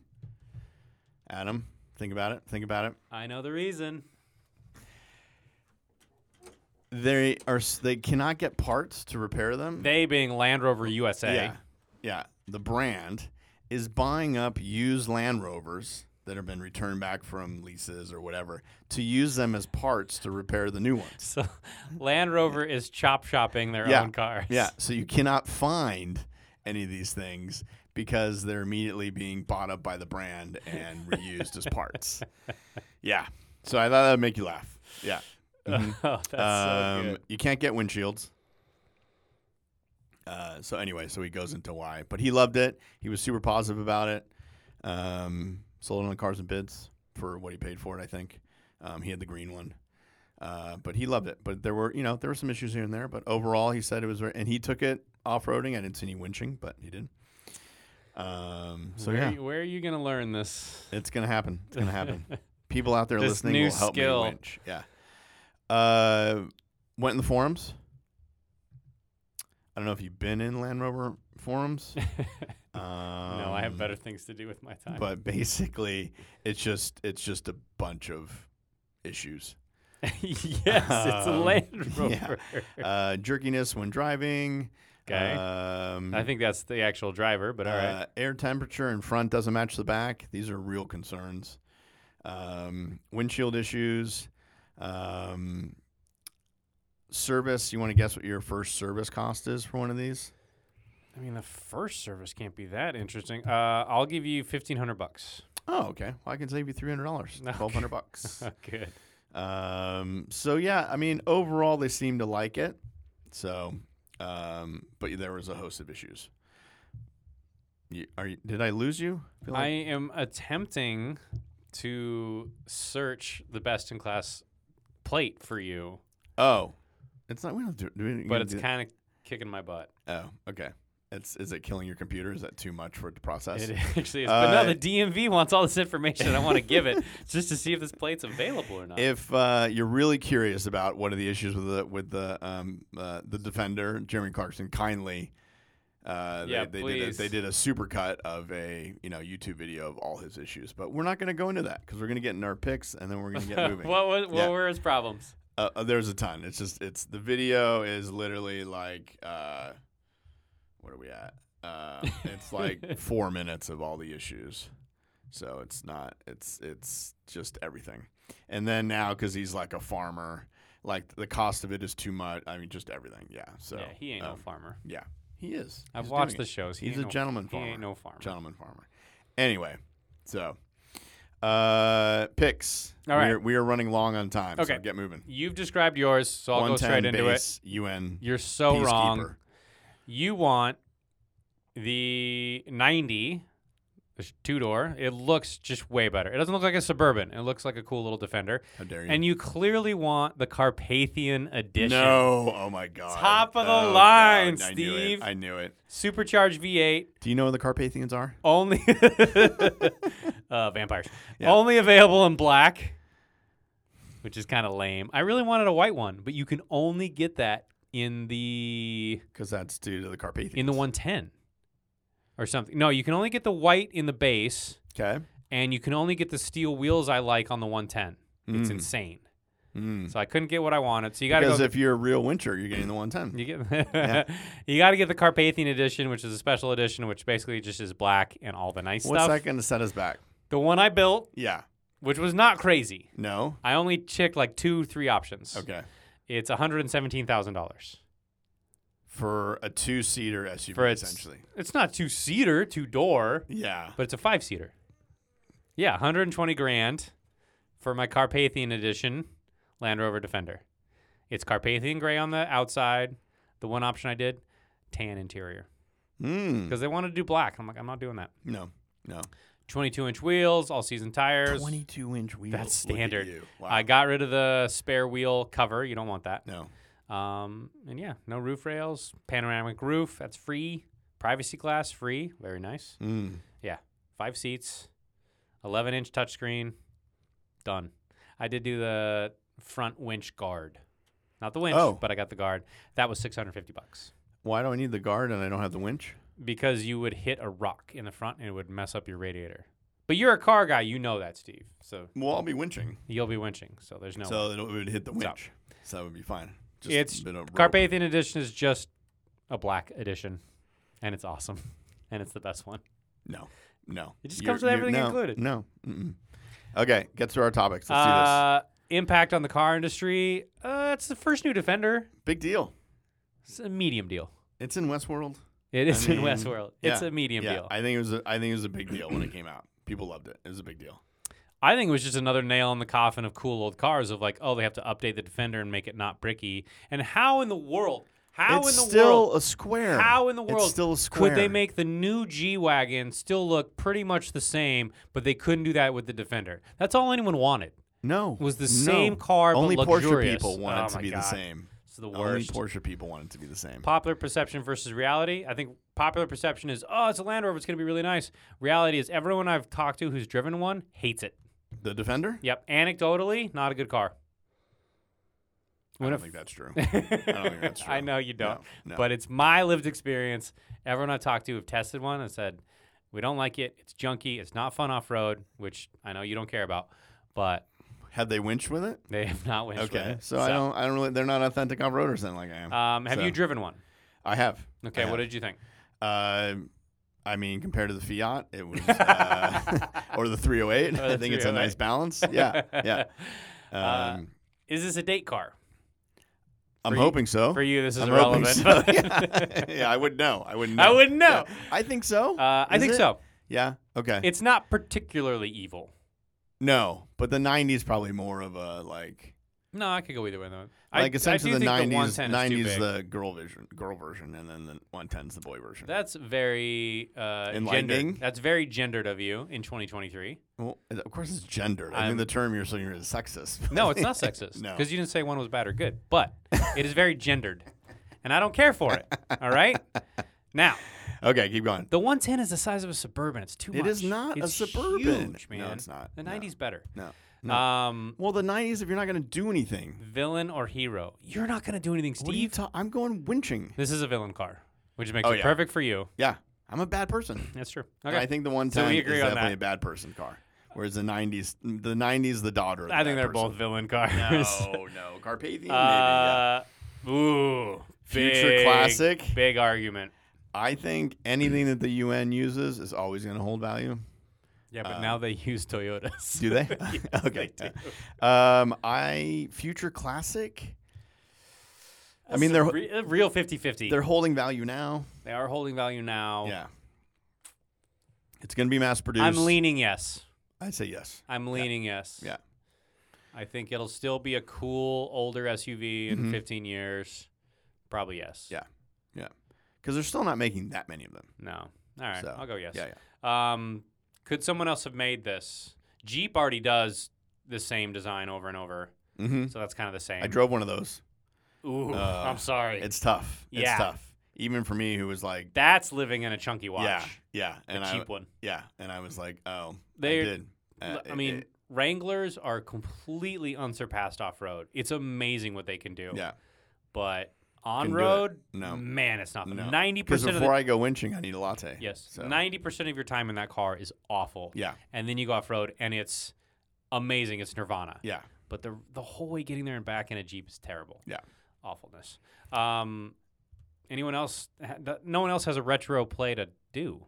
Speaker 1: Adam, think about it. Think about it.
Speaker 2: I know the reason.
Speaker 1: They are s- they cannot get parts to repair them.
Speaker 2: They being Land Rover USA.
Speaker 1: yeah, yeah. The brand is buying up used Land Rovers that have been returned back from leases or whatever to use them as parts to repair the new ones.
Speaker 2: So Land Rover is chop shopping their
Speaker 1: Yeah.
Speaker 2: own cars.
Speaker 1: Yeah, so you cannot find any of these things because they're immediately being bought up by the brand and reused as parts. Yeah. So I thought that would make you laugh. Yeah. Mm-hmm.
Speaker 2: oh, that's so
Speaker 1: Um,
Speaker 2: good.
Speaker 1: you can't get windshields. Uh, so anyway, so he goes into why, but he loved it. He was super positive about it. Um, sold it on Cars and Bids for what he paid for it. I think um, he had the green one, uh, but he loved it. But there were, you know, there were some issues here and there. But overall, he said it was, very, and he took it off roading. I didn't see any winching, but he did. Um, so
Speaker 2: where,
Speaker 1: yeah,
Speaker 2: are you, where are you gonna learn this?
Speaker 1: it's gonna happen. It's gonna happen. People out there
Speaker 2: This
Speaker 1: listening
Speaker 2: new
Speaker 1: will help
Speaker 2: skill.
Speaker 1: me winch. Yeah. Uh, went in the forums. I don't know if you've been in Land Rover forums. um,
Speaker 2: no, I have better things to do with my time.
Speaker 1: But basically, it's just it's just a bunch of issues.
Speaker 2: yes, it's a
Speaker 1: Um,
Speaker 2: Land
Speaker 1: yeah.
Speaker 2: Rover.
Speaker 1: Uh, jerkiness when driving.
Speaker 2: 'Kay.
Speaker 1: Um,
Speaker 2: I think that's the actual driver, but all right.
Speaker 1: Uh, air temperature in front doesn't match the back. These are real concerns. Um, windshield issues. Um, service. You want to guess what your first service cost is for one of these?
Speaker 2: I mean, the first service can't be that interesting. Uh, I'll give you fifteen hundred bucks.
Speaker 1: Oh, okay. Well, I can save you three hundred dollars,
Speaker 2: Okay.
Speaker 1: twelve hundred bucks.
Speaker 2: Good.
Speaker 1: um, so yeah, I mean, overall they seem to like it. So, um, but there was a host of issues. You, are you, did I lose you? feel
Speaker 2: I
Speaker 1: like-
Speaker 2: am attempting to search the best in class plate for you,
Speaker 1: oh, it's not. We don't do. do we,
Speaker 2: but it's
Speaker 1: do-
Speaker 2: kind of kicking my butt.
Speaker 1: Oh, okay. It's is it killing your computer? Is that too much for it to process?
Speaker 2: It actually is. but no,
Speaker 1: Uh,
Speaker 2: the DMV wants all this information. I want to give it just to see if this plate's available or not.
Speaker 1: If uh, you're really curious about one of the issues with the with the um, uh, the defender, Jeremy Clarkson kindly, uh,
Speaker 2: Yeah,
Speaker 1: they, they did a,
Speaker 2: please.
Speaker 1: they did a supercut of a you know YouTube video of all his issues, but we're not going to go into that because we're going to get in our picks and then we're going to get moving.
Speaker 2: what was, what
Speaker 1: Yeah.
Speaker 2: were his problems?
Speaker 1: Uh, uh, there's a ton. It's just it's the video is literally like uh, what are we at? Uh, it's like four minutes of all the issues, so it's not. It's it's just everything. And then now because he's like a farmer, like the cost of it is too much. I mean, just everything. Yeah. So
Speaker 2: yeah, he ain't no
Speaker 1: um,
Speaker 2: farmer.
Speaker 1: yeah, he is.
Speaker 2: I've
Speaker 1: He's
Speaker 2: watched
Speaker 1: doing
Speaker 2: the
Speaker 1: it.
Speaker 2: shows. He
Speaker 1: He's
Speaker 2: ain't
Speaker 1: a
Speaker 2: no-
Speaker 1: gentleman
Speaker 2: He
Speaker 1: farmer.
Speaker 2: ain't no farmer.
Speaker 1: Gentleman farmer. Anyway, so uh, picks.
Speaker 2: All right.
Speaker 1: we are, we are running long on time. so
Speaker 2: Okay.
Speaker 1: get moving.
Speaker 2: You've described yours, so I'll go
Speaker 1: 110
Speaker 2: straight into it.
Speaker 1: base, UN.
Speaker 2: You're so
Speaker 1: peacekeeper.
Speaker 2: wrong. You want the 90, the two door. It looks just way better. It doesn't look like a Suburban. It looks like a cool little Defender.
Speaker 1: How dare you?
Speaker 2: And you clearly want the Carpathian Edition.
Speaker 1: no, oh my god.
Speaker 2: Top of the
Speaker 1: Oh,
Speaker 2: line,
Speaker 1: God. I knew it.
Speaker 2: Steve.
Speaker 1: I knew it.
Speaker 2: Supercharged V8,
Speaker 1: Do you know where the Carpathians are?
Speaker 2: only uh, vampires.
Speaker 1: Yeah.
Speaker 2: Only available in black, which is kind of lame. I really wanted a white one, but you can only get that in the
Speaker 1: Because that's due to the Carpathians.
Speaker 2: in the 110 or something. No, you can only get the white in the base,
Speaker 1: Okay.
Speaker 2: and you can only get the steel wheels I like on the 110. It's
Speaker 1: Mm.
Speaker 2: insane.
Speaker 1: Mm.
Speaker 2: So I couldn't get what I wanted. So you got to
Speaker 1: Because
Speaker 2: go.
Speaker 1: if you're a real winter, you're getting the 110.
Speaker 2: you get you got to get the Carpathian edition, which is a special edition, which basically just is black and all the nice
Speaker 1: What's
Speaker 2: stuff.
Speaker 1: that going to set us back?
Speaker 2: The one I built,
Speaker 1: Yeah.
Speaker 2: which was not crazy.
Speaker 1: No.
Speaker 2: I only checked like two, three options.
Speaker 1: Okay.
Speaker 2: It's one hundred and seventeen thousand dollars.
Speaker 1: For a two-seater SUV,
Speaker 2: For its-
Speaker 1: essentially.
Speaker 2: It's not two seater, two door.
Speaker 1: Yeah.
Speaker 2: but it's a five seater. Yeah, 120 grand for my Carpathian edition Land Rover Defender. It's Carpathian gray on the outside. The one option I did, tan interior,
Speaker 1: Mm.
Speaker 2: because they wanted to do black. I'm like, I'm not doing that.
Speaker 1: No. No.
Speaker 2: 22 inch wheels, all season tires.
Speaker 1: 22-inch wheels.
Speaker 2: That's
Speaker 1: Look at
Speaker 2: standard.
Speaker 1: you. Wow.
Speaker 2: I got rid of the spare wheel cover. You don't want that.
Speaker 1: no.
Speaker 2: Um, and yeah, no roof rails, panoramic roof. That's free. Privacy glass, free. Very nice.
Speaker 1: Mm.
Speaker 2: five seats, 11 inch touchscreen, done. I did do the front winch guard, not the winch,
Speaker 1: Oh.
Speaker 2: but I got the guard. That was 650 bucks
Speaker 1: Why do I need the guard and I don't have the winch?
Speaker 2: because you would hit a rock in the front and it would mess up your radiator. But you're a car guy, you know that, Steve. So
Speaker 1: Well, I'll be winching.
Speaker 2: you'll be winching. So there's no.
Speaker 1: So it would hit the
Speaker 2: So-
Speaker 1: winch. So that would be fine. Just
Speaker 2: It's
Speaker 1: a bit of rope.
Speaker 2: Carpathian Edition is just a black edition, and it's awesome, and it's the best one.
Speaker 1: No, no.
Speaker 2: It just comes with everything
Speaker 1: no,
Speaker 2: included.
Speaker 1: No. Mm-mm. Okay, get to our topics. Let's do
Speaker 2: Uh, impact on the car industry. Uh, it's the first new Defender.
Speaker 1: this. Big deal.
Speaker 2: It's a medium deal.
Speaker 1: It's in Westworld.
Speaker 2: It is in
Speaker 1: mean,
Speaker 2: Westworld. It's
Speaker 1: yeah,
Speaker 2: a medium
Speaker 1: yeah,
Speaker 2: deal.
Speaker 1: I think it was. A, I think it was a big deal when it came out. People loved it. It was a big deal.
Speaker 2: I think it was just another nail in the coffin of cool old cars of like, oh, they have to update the Defender and make it not bricky. And how in the world? How
Speaker 1: it's
Speaker 2: in the
Speaker 1: still
Speaker 2: world?
Speaker 1: a square.
Speaker 2: How in the
Speaker 1: It's
Speaker 2: world
Speaker 1: still a square.
Speaker 2: could they make the new G Wagon still look pretty much the same, but they couldn't do that with the Defender? That's all anyone wanted.
Speaker 1: no?
Speaker 2: was the
Speaker 1: no.
Speaker 2: same car, but
Speaker 1: Only Porsche
Speaker 2: luxurious.
Speaker 1: people want
Speaker 2: Oh
Speaker 1: it to
Speaker 2: my
Speaker 1: be the
Speaker 2: God.
Speaker 1: same.
Speaker 2: It's the
Speaker 1: Only
Speaker 2: worst.
Speaker 1: Porsche people want it to be the same.
Speaker 2: Popular perception versus reality. I think popular perception is, oh, it's a Land Rover. It's going to be really nice. Reality is everyone I've talked to who's driven one hates it.
Speaker 1: The Defender?
Speaker 2: Yep. Anecdotally, not a good car.
Speaker 1: I
Speaker 2: When
Speaker 1: don't
Speaker 2: a-
Speaker 1: think that's true. I don't think that's true.
Speaker 2: I know you don't,
Speaker 1: No, no.
Speaker 2: but it's my lived experience. Everyone I talked to have tested one and said, we don't like it. It's junky. It's not fun off road, which I know you don't care about, but
Speaker 1: Had they winched with it?
Speaker 2: they have not winched with
Speaker 1: Okay,
Speaker 2: it.
Speaker 1: so, I don't. I don't really. They're not authentic off roaders then, like I am.
Speaker 2: Um, have
Speaker 1: so-
Speaker 2: you driven one?
Speaker 1: I have.
Speaker 2: Okay,
Speaker 1: I
Speaker 2: what
Speaker 1: have.
Speaker 2: did you think?
Speaker 1: Uh, I mean, compared to the Fiat, it was uh, or the 308.
Speaker 2: Or the
Speaker 1: I think it's a nice
Speaker 2: 308.
Speaker 1: balance. Yeah, yeah. Um,
Speaker 2: Uh, Is this a date car
Speaker 1: I'm
Speaker 2: for you-
Speaker 1: hoping so.
Speaker 2: for you? This is
Speaker 1: I'm hoping
Speaker 2: irrelevant.
Speaker 1: so. yeah. Yeah, I would know. I wouldn't. Know.
Speaker 2: I wouldn't know.
Speaker 1: Yeah. I think so.
Speaker 2: Uh, I
Speaker 1: Is
Speaker 2: think
Speaker 1: it?
Speaker 2: so.
Speaker 1: Yeah. Okay.
Speaker 2: It's not particularly evil.
Speaker 1: no, but the 90s probably more of a like
Speaker 2: No, I could go either way though. I,
Speaker 1: like essentially
Speaker 2: I do
Speaker 1: the
Speaker 2: think
Speaker 1: 90s.
Speaker 2: the 110 is
Speaker 1: 90s
Speaker 2: too big.
Speaker 1: the girl version, girl version, and then the 110's the boy version.
Speaker 2: That's very uh,
Speaker 1: Enlightening.
Speaker 2: gendered. That's very gendered of you in 2023.
Speaker 1: well, of course, it's gendered. I
Speaker 2: I'm-
Speaker 1: think the term you're saying is sexist.
Speaker 2: No, it's not sexist.
Speaker 1: No.
Speaker 2: Because you didn't say one was bad or good, but it is very gendered. And I don't care for it. All right? Now,
Speaker 1: okay, keep going.
Speaker 2: the 110 is the size of a Suburban. It's too
Speaker 1: It
Speaker 2: much.
Speaker 1: is not a
Speaker 2: It's
Speaker 1: Suburban.
Speaker 2: huge,
Speaker 1: No,
Speaker 2: man.
Speaker 1: it's not.
Speaker 2: The
Speaker 1: No.
Speaker 2: 90s better.
Speaker 1: No.
Speaker 2: Um,
Speaker 1: Well, the 90s, if you're not going to do anything,
Speaker 2: villain or hero? You're not going to do anything,
Speaker 1: what are you
Speaker 2: Steve.
Speaker 1: ta- I'm going winching.
Speaker 2: this is a villain car, which makes
Speaker 1: Oh,
Speaker 2: it
Speaker 1: yeah.
Speaker 2: perfect for you.
Speaker 1: Yeah, I'm a bad person.
Speaker 2: That's true.
Speaker 1: And
Speaker 2: Okay.
Speaker 1: I think the 110
Speaker 2: So we agree
Speaker 1: is
Speaker 2: on
Speaker 1: definitely
Speaker 2: that.
Speaker 1: a bad person car. Whereas the 90s, the 90s, the daughter. Of the
Speaker 2: I think
Speaker 1: bad
Speaker 2: they're both
Speaker 1: person.
Speaker 2: villain cars.
Speaker 1: No, no, Carpathian. maybe, yeah.
Speaker 2: Uh, Ooh,
Speaker 1: Future
Speaker 2: big-
Speaker 1: classic.
Speaker 2: Big argument.
Speaker 1: I think anything that the UN uses is always going to hold value.
Speaker 2: Yeah,
Speaker 1: Uh,
Speaker 2: but now they use Toyotas.
Speaker 1: Do they? okay. Um, I future classic. I mean, they're
Speaker 2: re- a real 50 50.
Speaker 1: they're holding value now.
Speaker 2: They are holding value now.
Speaker 1: Yeah. It's going to be mass produced.
Speaker 2: Oh. I'm leaning yes.
Speaker 1: I say yes.
Speaker 2: I'm leaning yes.
Speaker 1: Yeah.
Speaker 2: I think it'll still be a cool older SUV in 15 years. Probably yes.
Speaker 1: Mm-hmm. Yeah. Yeah. Because they're still not making that many of them.
Speaker 2: No. All right.
Speaker 1: So,
Speaker 2: I'll go yes.
Speaker 1: Yeah, yeah.
Speaker 2: Um, could someone else have made this? Jeep already does the same design over and over.
Speaker 1: Mm-hmm.
Speaker 2: So that's kind of the same.
Speaker 1: I drove one of those.
Speaker 2: Ooh,
Speaker 1: uh,
Speaker 2: I'm sorry.
Speaker 1: It's tough.
Speaker 2: Yeah.
Speaker 1: It's tough. Even for me, who was like,
Speaker 2: that's living in a chunky watch.
Speaker 1: yeah, yeah, and
Speaker 2: a
Speaker 1: I,
Speaker 2: cheap one.
Speaker 1: yeah, and I was like, oh,
Speaker 2: They're-
Speaker 1: I did. Uh,
Speaker 2: L- I
Speaker 1: it-
Speaker 2: mean,
Speaker 1: it-
Speaker 2: Wranglers are completely unsurpassed off road. It's amazing what they can do.
Speaker 1: yeah,
Speaker 2: But
Speaker 1: Can
Speaker 2: on
Speaker 1: do it.
Speaker 2: road,
Speaker 1: No.
Speaker 2: man, it's nothing.
Speaker 1: No.
Speaker 2: Ninety
Speaker 1: because
Speaker 2: percent
Speaker 1: before
Speaker 2: of the
Speaker 1: I go winching, I need a latte.
Speaker 2: yes,
Speaker 1: So,
Speaker 2: ninety percent of your time in that car is awful.
Speaker 1: yeah,
Speaker 2: and then you go off road, and it's amazing. It's nirvana.
Speaker 1: yeah,
Speaker 2: but the the whole way getting there and back in a jeep is terrible.
Speaker 1: Yeah.
Speaker 2: awfulness. Um, anyone else? ha- th- No one else has a retro play to do.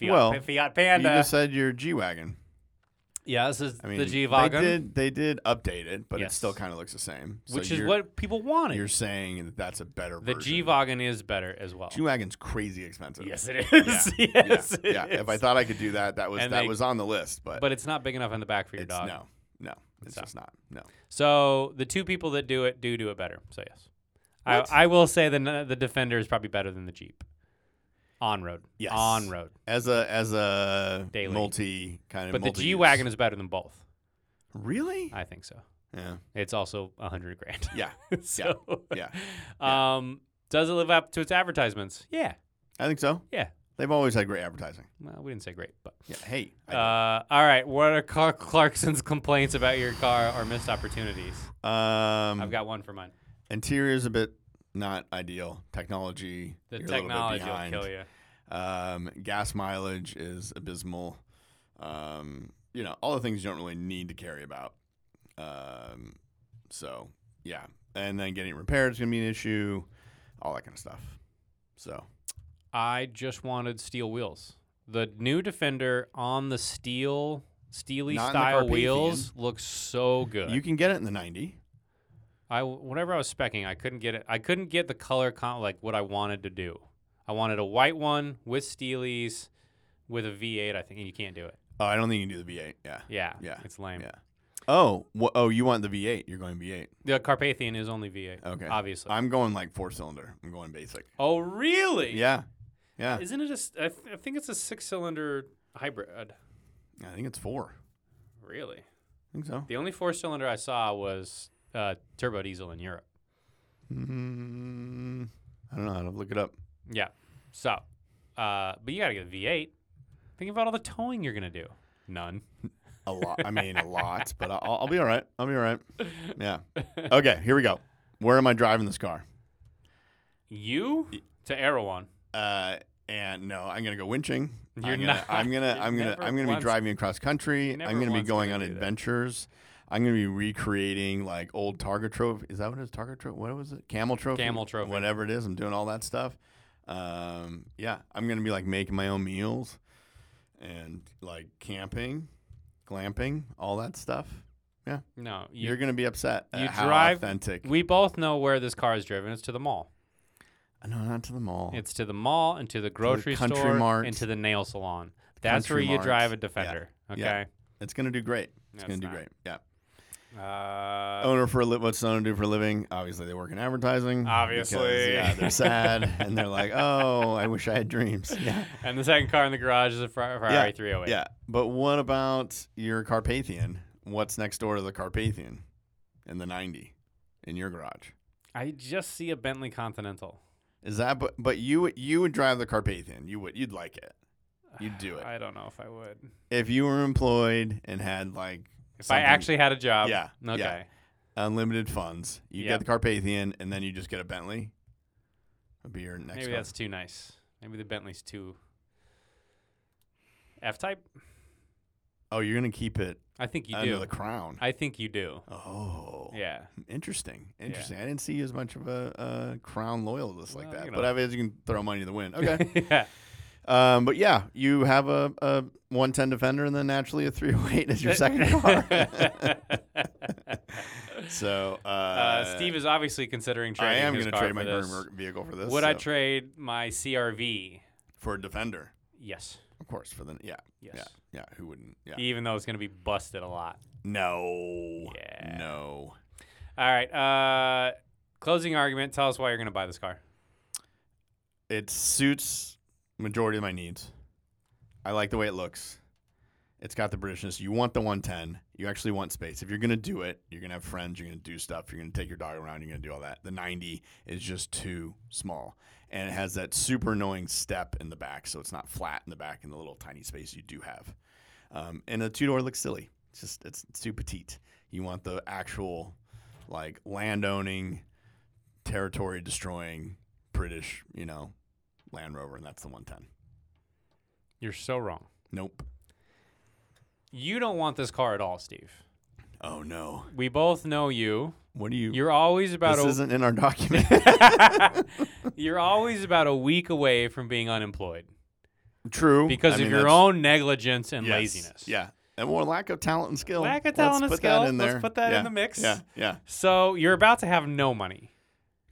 Speaker 2: Fiat,
Speaker 1: Well,
Speaker 2: Pa- Fiat
Speaker 1: you
Speaker 2: Panda.
Speaker 1: just said your G wagon.
Speaker 2: yeah, this is
Speaker 1: I mean,
Speaker 2: uh, the G
Speaker 1: They
Speaker 2: wagon,
Speaker 1: did, they did update it, but
Speaker 2: Yes.
Speaker 1: it still kind of looks the same. So
Speaker 2: which is
Speaker 1: you're-
Speaker 2: what people wanted.
Speaker 1: you're saying that that's a better
Speaker 2: The G
Speaker 1: version.
Speaker 2: Wagon is better as well.
Speaker 1: G wagon's crazy expensive.
Speaker 2: Yes, it is.
Speaker 1: yeah,
Speaker 2: yes, it
Speaker 1: yeah. If I
Speaker 2: is.
Speaker 1: thought I could do that, that was
Speaker 2: And
Speaker 1: that
Speaker 2: they-
Speaker 1: was on the list, but,
Speaker 2: but it's not big enough in the back for your
Speaker 1: it's
Speaker 2: dog.
Speaker 1: no, no, it's
Speaker 2: So.
Speaker 1: just not. No,
Speaker 2: So the two people that do it do do it better. So yes,
Speaker 1: What?
Speaker 2: I, I will say the n- the Defender is probably better than the Jeep. On road,
Speaker 1: Yes.
Speaker 2: on road.
Speaker 1: as a as a
Speaker 2: Daily.
Speaker 1: multi kind of.
Speaker 2: But the
Speaker 1: multi-use.
Speaker 2: G wagon is better than both.
Speaker 1: really.
Speaker 2: I think so.
Speaker 1: Yeah,
Speaker 2: It's also a hundred grand.
Speaker 1: yeah,
Speaker 2: so,
Speaker 1: yeah.
Speaker 2: Um, does it live up to its advertisements? Yeah.
Speaker 1: I think so.
Speaker 2: Yeah.
Speaker 1: They've always had great advertising.
Speaker 2: Well, we didn't say great, but.
Speaker 1: Yeah. Hey. I-
Speaker 2: Uh, all right. What are Car- Clarkson's complaints about your car or missed opportunities?
Speaker 1: um.
Speaker 2: Uh, I've got one for mine.
Speaker 1: interior's a bit not ideal. Technology.
Speaker 2: The
Speaker 1: you're a little bit
Speaker 2: technology will
Speaker 1: behind.
Speaker 2: kill you.
Speaker 1: Um, gas mileage is abysmal. Um, you know, all the things you don't really need to carry about. Um, so yeah, and then getting it repaired is gonna be an issue. All that kind of stuff. So
Speaker 2: I just wanted steel wheels. The new Defender on the steel, steely
Speaker 1: Not in the
Speaker 2: style
Speaker 1: Carpathian.
Speaker 2: wheels looks so good.
Speaker 1: you can get it in the ninety.
Speaker 2: I whenever I was specking, I couldn't get it. I couldn't get the color con- like what I wanted to do. I wanted a white one with steelies, with a V8. I think and you can't do it.
Speaker 1: Oh, I don't think you can do the V8. Yeah.
Speaker 2: Yeah,
Speaker 1: Yeah.
Speaker 2: it's lame.
Speaker 1: Yeah. Oh, wha- oh, you want the V8? You're going V8.
Speaker 2: The Carpathian is only V8.
Speaker 1: Okay. Uh,
Speaker 2: obviously.
Speaker 1: I'm going like four cylinder. I'm going basic.
Speaker 2: oh, really?
Speaker 1: Yeah. Yeah.
Speaker 2: Isn't it a? s- I, th- I think it's a six-cylinder hybrid.
Speaker 1: I think it's four.
Speaker 2: Really?
Speaker 1: I think so.
Speaker 2: The only four-cylinder I saw was uh, turbo diesel in Europe.
Speaker 1: Mm, I don't know. I'll look it up.
Speaker 2: Yeah. So, uh, but you gotta get a V8. Think about all the towing you're gonna do. None.
Speaker 1: A lot. I mean, a lot, but I'll, I'll be all right. I'll be all right. Yeah. Okay. Here we go. Where am I driving this car?
Speaker 2: You to Erewhon.
Speaker 1: Uh, and no, I'm gonna go winching.
Speaker 2: You're
Speaker 1: I'm gonna,
Speaker 2: not.
Speaker 1: I'm gonna.
Speaker 2: You're
Speaker 1: I'm gonna.
Speaker 2: never
Speaker 1: I'm gonna be
Speaker 2: once-
Speaker 1: driving across country.
Speaker 2: never
Speaker 1: I'm gonna be
Speaker 2: once
Speaker 1: going
Speaker 2: gonna
Speaker 1: on
Speaker 2: do that.
Speaker 1: adventures. I'm gonna be recreating like old Targa trophy. Is that what it is? Targa trophy. What was it? Camel trophy.
Speaker 2: Camel trophy.
Speaker 1: Whatever it is, I'm doing all that stuff. Um, yeah, I'm gonna be like making my own meals, and like camping, glamping, all that stuff. Yeah,
Speaker 2: No,
Speaker 1: you, are
Speaker 2: you.
Speaker 1: gonna be upset.
Speaker 2: you
Speaker 1: at how
Speaker 2: drive-
Speaker 1: authentic.
Speaker 2: We both know where this car is driven. It's to the mall.
Speaker 1: no, not to the mall.
Speaker 2: It's to the mall and to the grocery
Speaker 1: country
Speaker 2: store
Speaker 1: mart.
Speaker 2: and to the nail salon. That's
Speaker 1: Country
Speaker 2: where you
Speaker 1: mart.
Speaker 2: drive a
Speaker 1: Yeah.
Speaker 2: Defender.
Speaker 1: Yeah.
Speaker 2: Okay.
Speaker 1: it's gonna do great. It's
Speaker 2: No,
Speaker 1: gonna
Speaker 2: it's
Speaker 1: do
Speaker 2: not.
Speaker 1: great. Yeah.
Speaker 2: Uh,
Speaker 1: owner for a li- what's the owner do for a living? Obviously, they work in advertising.
Speaker 2: Obviously.
Speaker 1: because, yeah, they're sad and they're like, "Oh, I wish I had dreams." Yeah,
Speaker 2: and the second car in the garage is a Fer- Ferrari 308.
Speaker 1: yeah. But what about your Carpathian? What's next door to the Carpathian in the ninety in your garage?
Speaker 2: I just see a Bentley Continental.
Speaker 1: Is that but but you would- you would drive the Carpathian? You would you'd like it? You'd do it
Speaker 2: I don't know if I would.
Speaker 1: if you were employed and had like
Speaker 2: If I
Speaker 1: something-
Speaker 2: actually had a job.
Speaker 1: Yeah, yeah.
Speaker 2: Okay.
Speaker 1: unlimited funds. You
Speaker 2: Yeah.
Speaker 1: get the Carpathian and then you just get a Bentley. Would be your next.
Speaker 2: Maybe
Speaker 1: car.
Speaker 2: that's too nice. Maybe the Bentley's too F type.
Speaker 1: Oh, you're gonna keep it
Speaker 2: I think you
Speaker 1: under
Speaker 2: do.
Speaker 1: the crown.
Speaker 2: I think you do.
Speaker 1: Oh,
Speaker 2: Yeah.
Speaker 1: Interesting, interesting. I didn't see you as much of a, a crown loyalist like
Speaker 2: Well,
Speaker 1: that,
Speaker 2: you
Speaker 1: but
Speaker 2: know.
Speaker 1: I mean, you can throw money to the wind. Okay,
Speaker 2: yeah.
Speaker 1: um, but yeah, you have a, a 110 Defender, and then naturally a 308 as your second car. so uh,
Speaker 2: uh, Steve is obviously considering
Speaker 1: I
Speaker 2: trading.
Speaker 1: am
Speaker 2: going to
Speaker 1: trade my
Speaker 2: this.
Speaker 1: current mer- vehicle for this.
Speaker 2: Would I
Speaker 1: so-
Speaker 2: trade my CRV?
Speaker 1: for a Defender?
Speaker 2: Yes.
Speaker 1: Of course, for the yeah,
Speaker 2: Yes.
Speaker 1: yeah, yeah. Who wouldn't? Yeah,
Speaker 2: Even though it's going to be busted a lot.
Speaker 1: no,
Speaker 2: Yeah.
Speaker 1: no.
Speaker 2: All right. Uh, closing argument. Tell us why you're going to buy this car.
Speaker 1: it suits majority of my needs. I like the way it looks. It's got the Britishness. You want the 110. You actually want space. If you're gonna do it, you're gonna have friends. You're gonna do stuff. You're gonna take your dog around. You're gonna do all that. The 90 is just too small, and it has that super annoying step in the back, so it's not flat in the back in the little tiny space you do have. Um, and the two door looks silly. It's just it's, it's too petite. You want the actual like landowning, territory destroying British, you know, Land Rover, and that's the 110.
Speaker 2: You're so wrong.
Speaker 1: Nope.
Speaker 2: You don't want this car at all, Steve.
Speaker 1: Oh no.
Speaker 2: We both know you.
Speaker 1: What do you?
Speaker 2: You're always about
Speaker 1: this
Speaker 2: a
Speaker 1: isn't in our document.
Speaker 2: You're always about a week away from being unemployed
Speaker 1: True.
Speaker 2: because
Speaker 1: I
Speaker 2: of
Speaker 1: mean,
Speaker 2: your
Speaker 1: that's-
Speaker 2: own negligence and
Speaker 1: yes,
Speaker 2: laziness.
Speaker 1: Yeah. And more lack of talent and skill.
Speaker 2: Lack
Speaker 1: Let's
Speaker 2: of talent and
Speaker 1: put that
Speaker 2: skill.
Speaker 1: in
Speaker 2: Let's
Speaker 1: there.
Speaker 2: put that in
Speaker 1: Yeah,
Speaker 2: the mix.
Speaker 1: Yeah. Yeah.
Speaker 2: So you're about to have no money.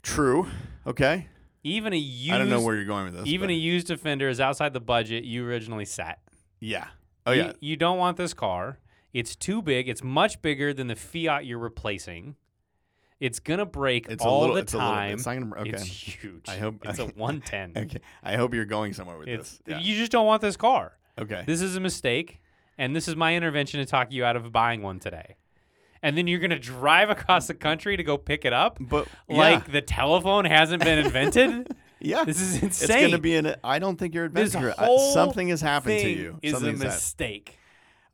Speaker 1: True. Okay.
Speaker 2: Even a used,
Speaker 1: I don't know where you're going with this.
Speaker 2: even
Speaker 1: but
Speaker 2: a used offender is outside the budget you originally set.
Speaker 1: yeah. Oh
Speaker 2: You-
Speaker 1: yeah.
Speaker 2: You, don't want this car. It's too big. It's much bigger than the Fiat you're replacing. It's gonna break
Speaker 1: It's a
Speaker 2: all
Speaker 1: little.
Speaker 2: the
Speaker 1: it's a
Speaker 2: time.
Speaker 1: little. It's not gonna. Okay.
Speaker 2: It's huge.
Speaker 1: I hope-
Speaker 2: it's a 110.
Speaker 1: okay. I hope you're going somewhere with
Speaker 2: It's
Speaker 1: this. Yeah.
Speaker 2: you just don't want this car.
Speaker 1: okay.
Speaker 2: This is a mistake, and this is my intervention to talk you out of buying one today. And then you're gonna drive across the country to go pick it up,
Speaker 1: but
Speaker 2: like the telephone hasn't been invented.
Speaker 1: yeah. yeah.
Speaker 2: this is
Speaker 1: it's
Speaker 2: insane.
Speaker 1: going to be an. I don't think you're
Speaker 2: this
Speaker 1: adventurous. I-
Speaker 2: whole
Speaker 1: Something has happened to
Speaker 2: thing
Speaker 1: you.
Speaker 2: Is
Speaker 1: Something's
Speaker 2: a
Speaker 1: happened.
Speaker 2: mistake.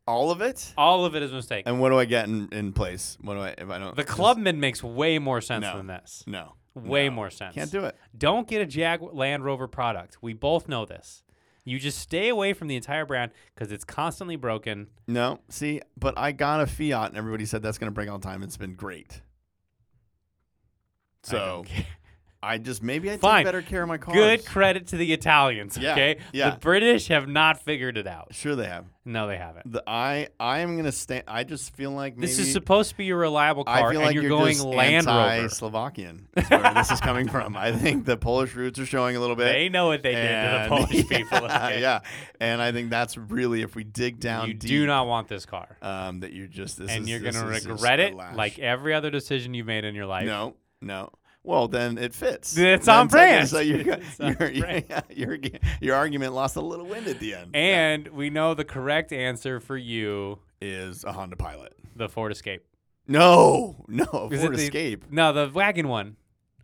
Speaker 1: All of it.
Speaker 2: All of it is a mistake.
Speaker 1: And what do I get in, in place? What do I if I don't?
Speaker 2: the
Speaker 1: just-
Speaker 2: clubman makes way more sense
Speaker 1: No.
Speaker 2: than this.
Speaker 1: No.
Speaker 2: Way
Speaker 1: no.
Speaker 2: more sense.
Speaker 1: Can't do it.
Speaker 2: Don't get a Jag Land Rover product. We both know this. You just stay away from the entire brand because it's constantly broken.
Speaker 1: No. See, but I got a Fiat, and everybody said that's going to break all the time. It's been great.
Speaker 2: I don't
Speaker 1: So
Speaker 2: care.
Speaker 1: I just maybe I
Speaker 2: Fine.
Speaker 1: take better care of my cars.
Speaker 2: Good credit to the Italians,
Speaker 1: Yeah,
Speaker 2: okay?
Speaker 1: yeah.
Speaker 2: The British have not figured it out.
Speaker 1: Sure, they have.
Speaker 2: No, they haven't.
Speaker 1: The I I am gonna stand. I just feel like maybe
Speaker 2: This is supposed to be a reliable
Speaker 1: I
Speaker 2: car,
Speaker 1: feel
Speaker 2: and
Speaker 1: like
Speaker 2: you're, going
Speaker 1: just
Speaker 2: Land Rover.
Speaker 1: anti-Slovakian. Is where this is coming from. I think the Polish roots are showing a little bit.
Speaker 2: They know what they
Speaker 1: and-
Speaker 2: did to the Polish people.
Speaker 1: Yeah,
Speaker 2: okay?
Speaker 1: yeah. and I think that's really if we dig down
Speaker 2: You
Speaker 1: deep,
Speaker 2: do not want this car,
Speaker 1: um, that you just this
Speaker 2: and
Speaker 1: is-
Speaker 2: you're
Speaker 1: this
Speaker 2: gonna
Speaker 1: is just
Speaker 2: regret
Speaker 1: a
Speaker 2: it,
Speaker 1: lash.
Speaker 2: like every other decision you've made in your life.
Speaker 1: no, no. Well, then it fits.
Speaker 2: It's
Speaker 1: Then
Speaker 2: on
Speaker 1: it's like-
Speaker 2: brand.
Speaker 1: So your
Speaker 2: It's on
Speaker 1: your,
Speaker 2: brand.
Speaker 1: yeah, your your argument lost a little wind at the end.
Speaker 2: And we know the correct answer for you,
Speaker 1: is a Honda Pilot.
Speaker 2: the Ford Escape.
Speaker 1: No, no, a
Speaker 2: Is it
Speaker 1: Ford
Speaker 2: the-
Speaker 1: Escape.
Speaker 2: No, the wagon one.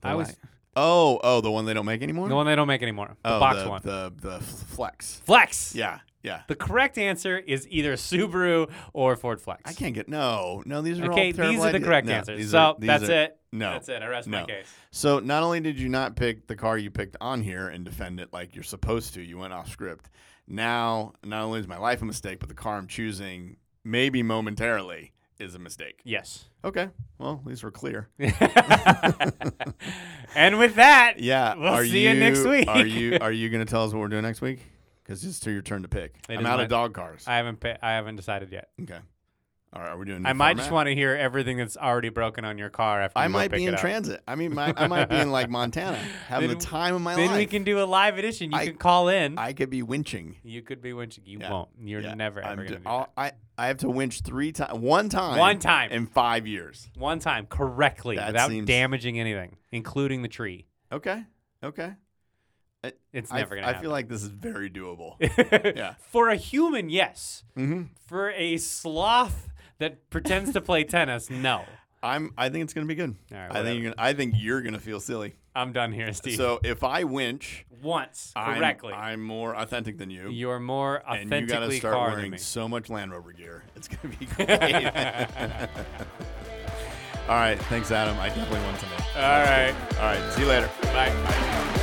Speaker 1: The
Speaker 2: I was
Speaker 1: li- Oh, oh, the one they don't make anymore.
Speaker 2: the one they don't make anymore. The
Speaker 1: oh,
Speaker 2: box
Speaker 1: the,
Speaker 2: one.
Speaker 1: The the Flex.
Speaker 2: Flex.
Speaker 1: Yeah, yeah.
Speaker 2: The correct answer is either Subaru or Ford Flex.
Speaker 1: I can't get no, no. These are
Speaker 2: Okay,
Speaker 1: all terrible
Speaker 2: these are the
Speaker 1: idea-
Speaker 2: correct
Speaker 1: no,
Speaker 2: answers.
Speaker 1: these
Speaker 2: So
Speaker 1: are- these
Speaker 2: that's
Speaker 1: are-
Speaker 2: it.
Speaker 1: No,
Speaker 2: That's it. I rest my
Speaker 1: No.
Speaker 2: case.
Speaker 1: So not only did you not pick the car you picked on here and defend it like you're supposed to, you went off script. Now, not only is my life a mistake, but the car I'm choosing, maybe momentarily, is a mistake.
Speaker 2: Yes.
Speaker 1: Okay. Well, at least we're clear.
Speaker 2: and with that,
Speaker 1: Yeah.
Speaker 2: We'll see you next week.
Speaker 1: Are you Are you going to tell us what we're doing next week? Because it's to your turn to pick.
Speaker 2: It
Speaker 1: I'm
Speaker 2: is
Speaker 1: out
Speaker 2: my-
Speaker 1: of dog cars.
Speaker 2: I haven't pa- I haven't decided yet.
Speaker 1: okay. All right. Are we doing?
Speaker 2: I might just want to hear everything that's already broken on your car after
Speaker 1: I
Speaker 2: you go
Speaker 1: might
Speaker 2: pick
Speaker 1: be in
Speaker 2: it up.
Speaker 1: transit. I mean, my, I might be in like Montana, having
Speaker 2: Then-
Speaker 1: the time of my
Speaker 2: Then
Speaker 1: life.
Speaker 2: we can do a live edition. You
Speaker 1: I-
Speaker 2: can call in.
Speaker 1: I could be winching.
Speaker 2: you could be winching. You
Speaker 1: Yeah.
Speaker 2: won't. You're
Speaker 1: Yeah,
Speaker 2: never
Speaker 1: I'm
Speaker 2: ever
Speaker 1: d-
Speaker 2: going to do
Speaker 1: I'll- I
Speaker 2: that.
Speaker 1: I have to winch three times, one time,
Speaker 2: One time.
Speaker 1: in five years.
Speaker 2: One time correctly
Speaker 1: That
Speaker 2: without
Speaker 1: seems-
Speaker 2: damaging anything, including the tree.
Speaker 1: Okay, okay.
Speaker 2: It's
Speaker 1: I,
Speaker 2: never going to
Speaker 1: I
Speaker 2: happen.
Speaker 1: feel like this is very doable. yeah.
Speaker 2: For a human, yes.
Speaker 1: hmm
Speaker 2: For a sloth that pretends to play tennis, no.
Speaker 1: I'm. I think it's gonna be good.
Speaker 2: All right,
Speaker 1: I
Speaker 2: whatever.
Speaker 1: think. You're gonna, I think you're gonna feel silly.
Speaker 2: I'm done here, Steve.
Speaker 1: So if I winch
Speaker 2: Once
Speaker 1: I'm-
Speaker 2: correctly,
Speaker 1: I'm, more authentic than you,
Speaker 2: you're more
Speaker 1: and you gotta
Speaker 2: authentically
Speaker 1: start
Speaker 2: car than
Speaker 1: wearing
Speaker 2: me.
Speaker 1: so much Land Rover gear. It's gonna be great. All right. Thanks, Adam. I definitely want to know.
Speaker 2: All right,
Speaker 1: All right. See you later.
Speaker 2: bye.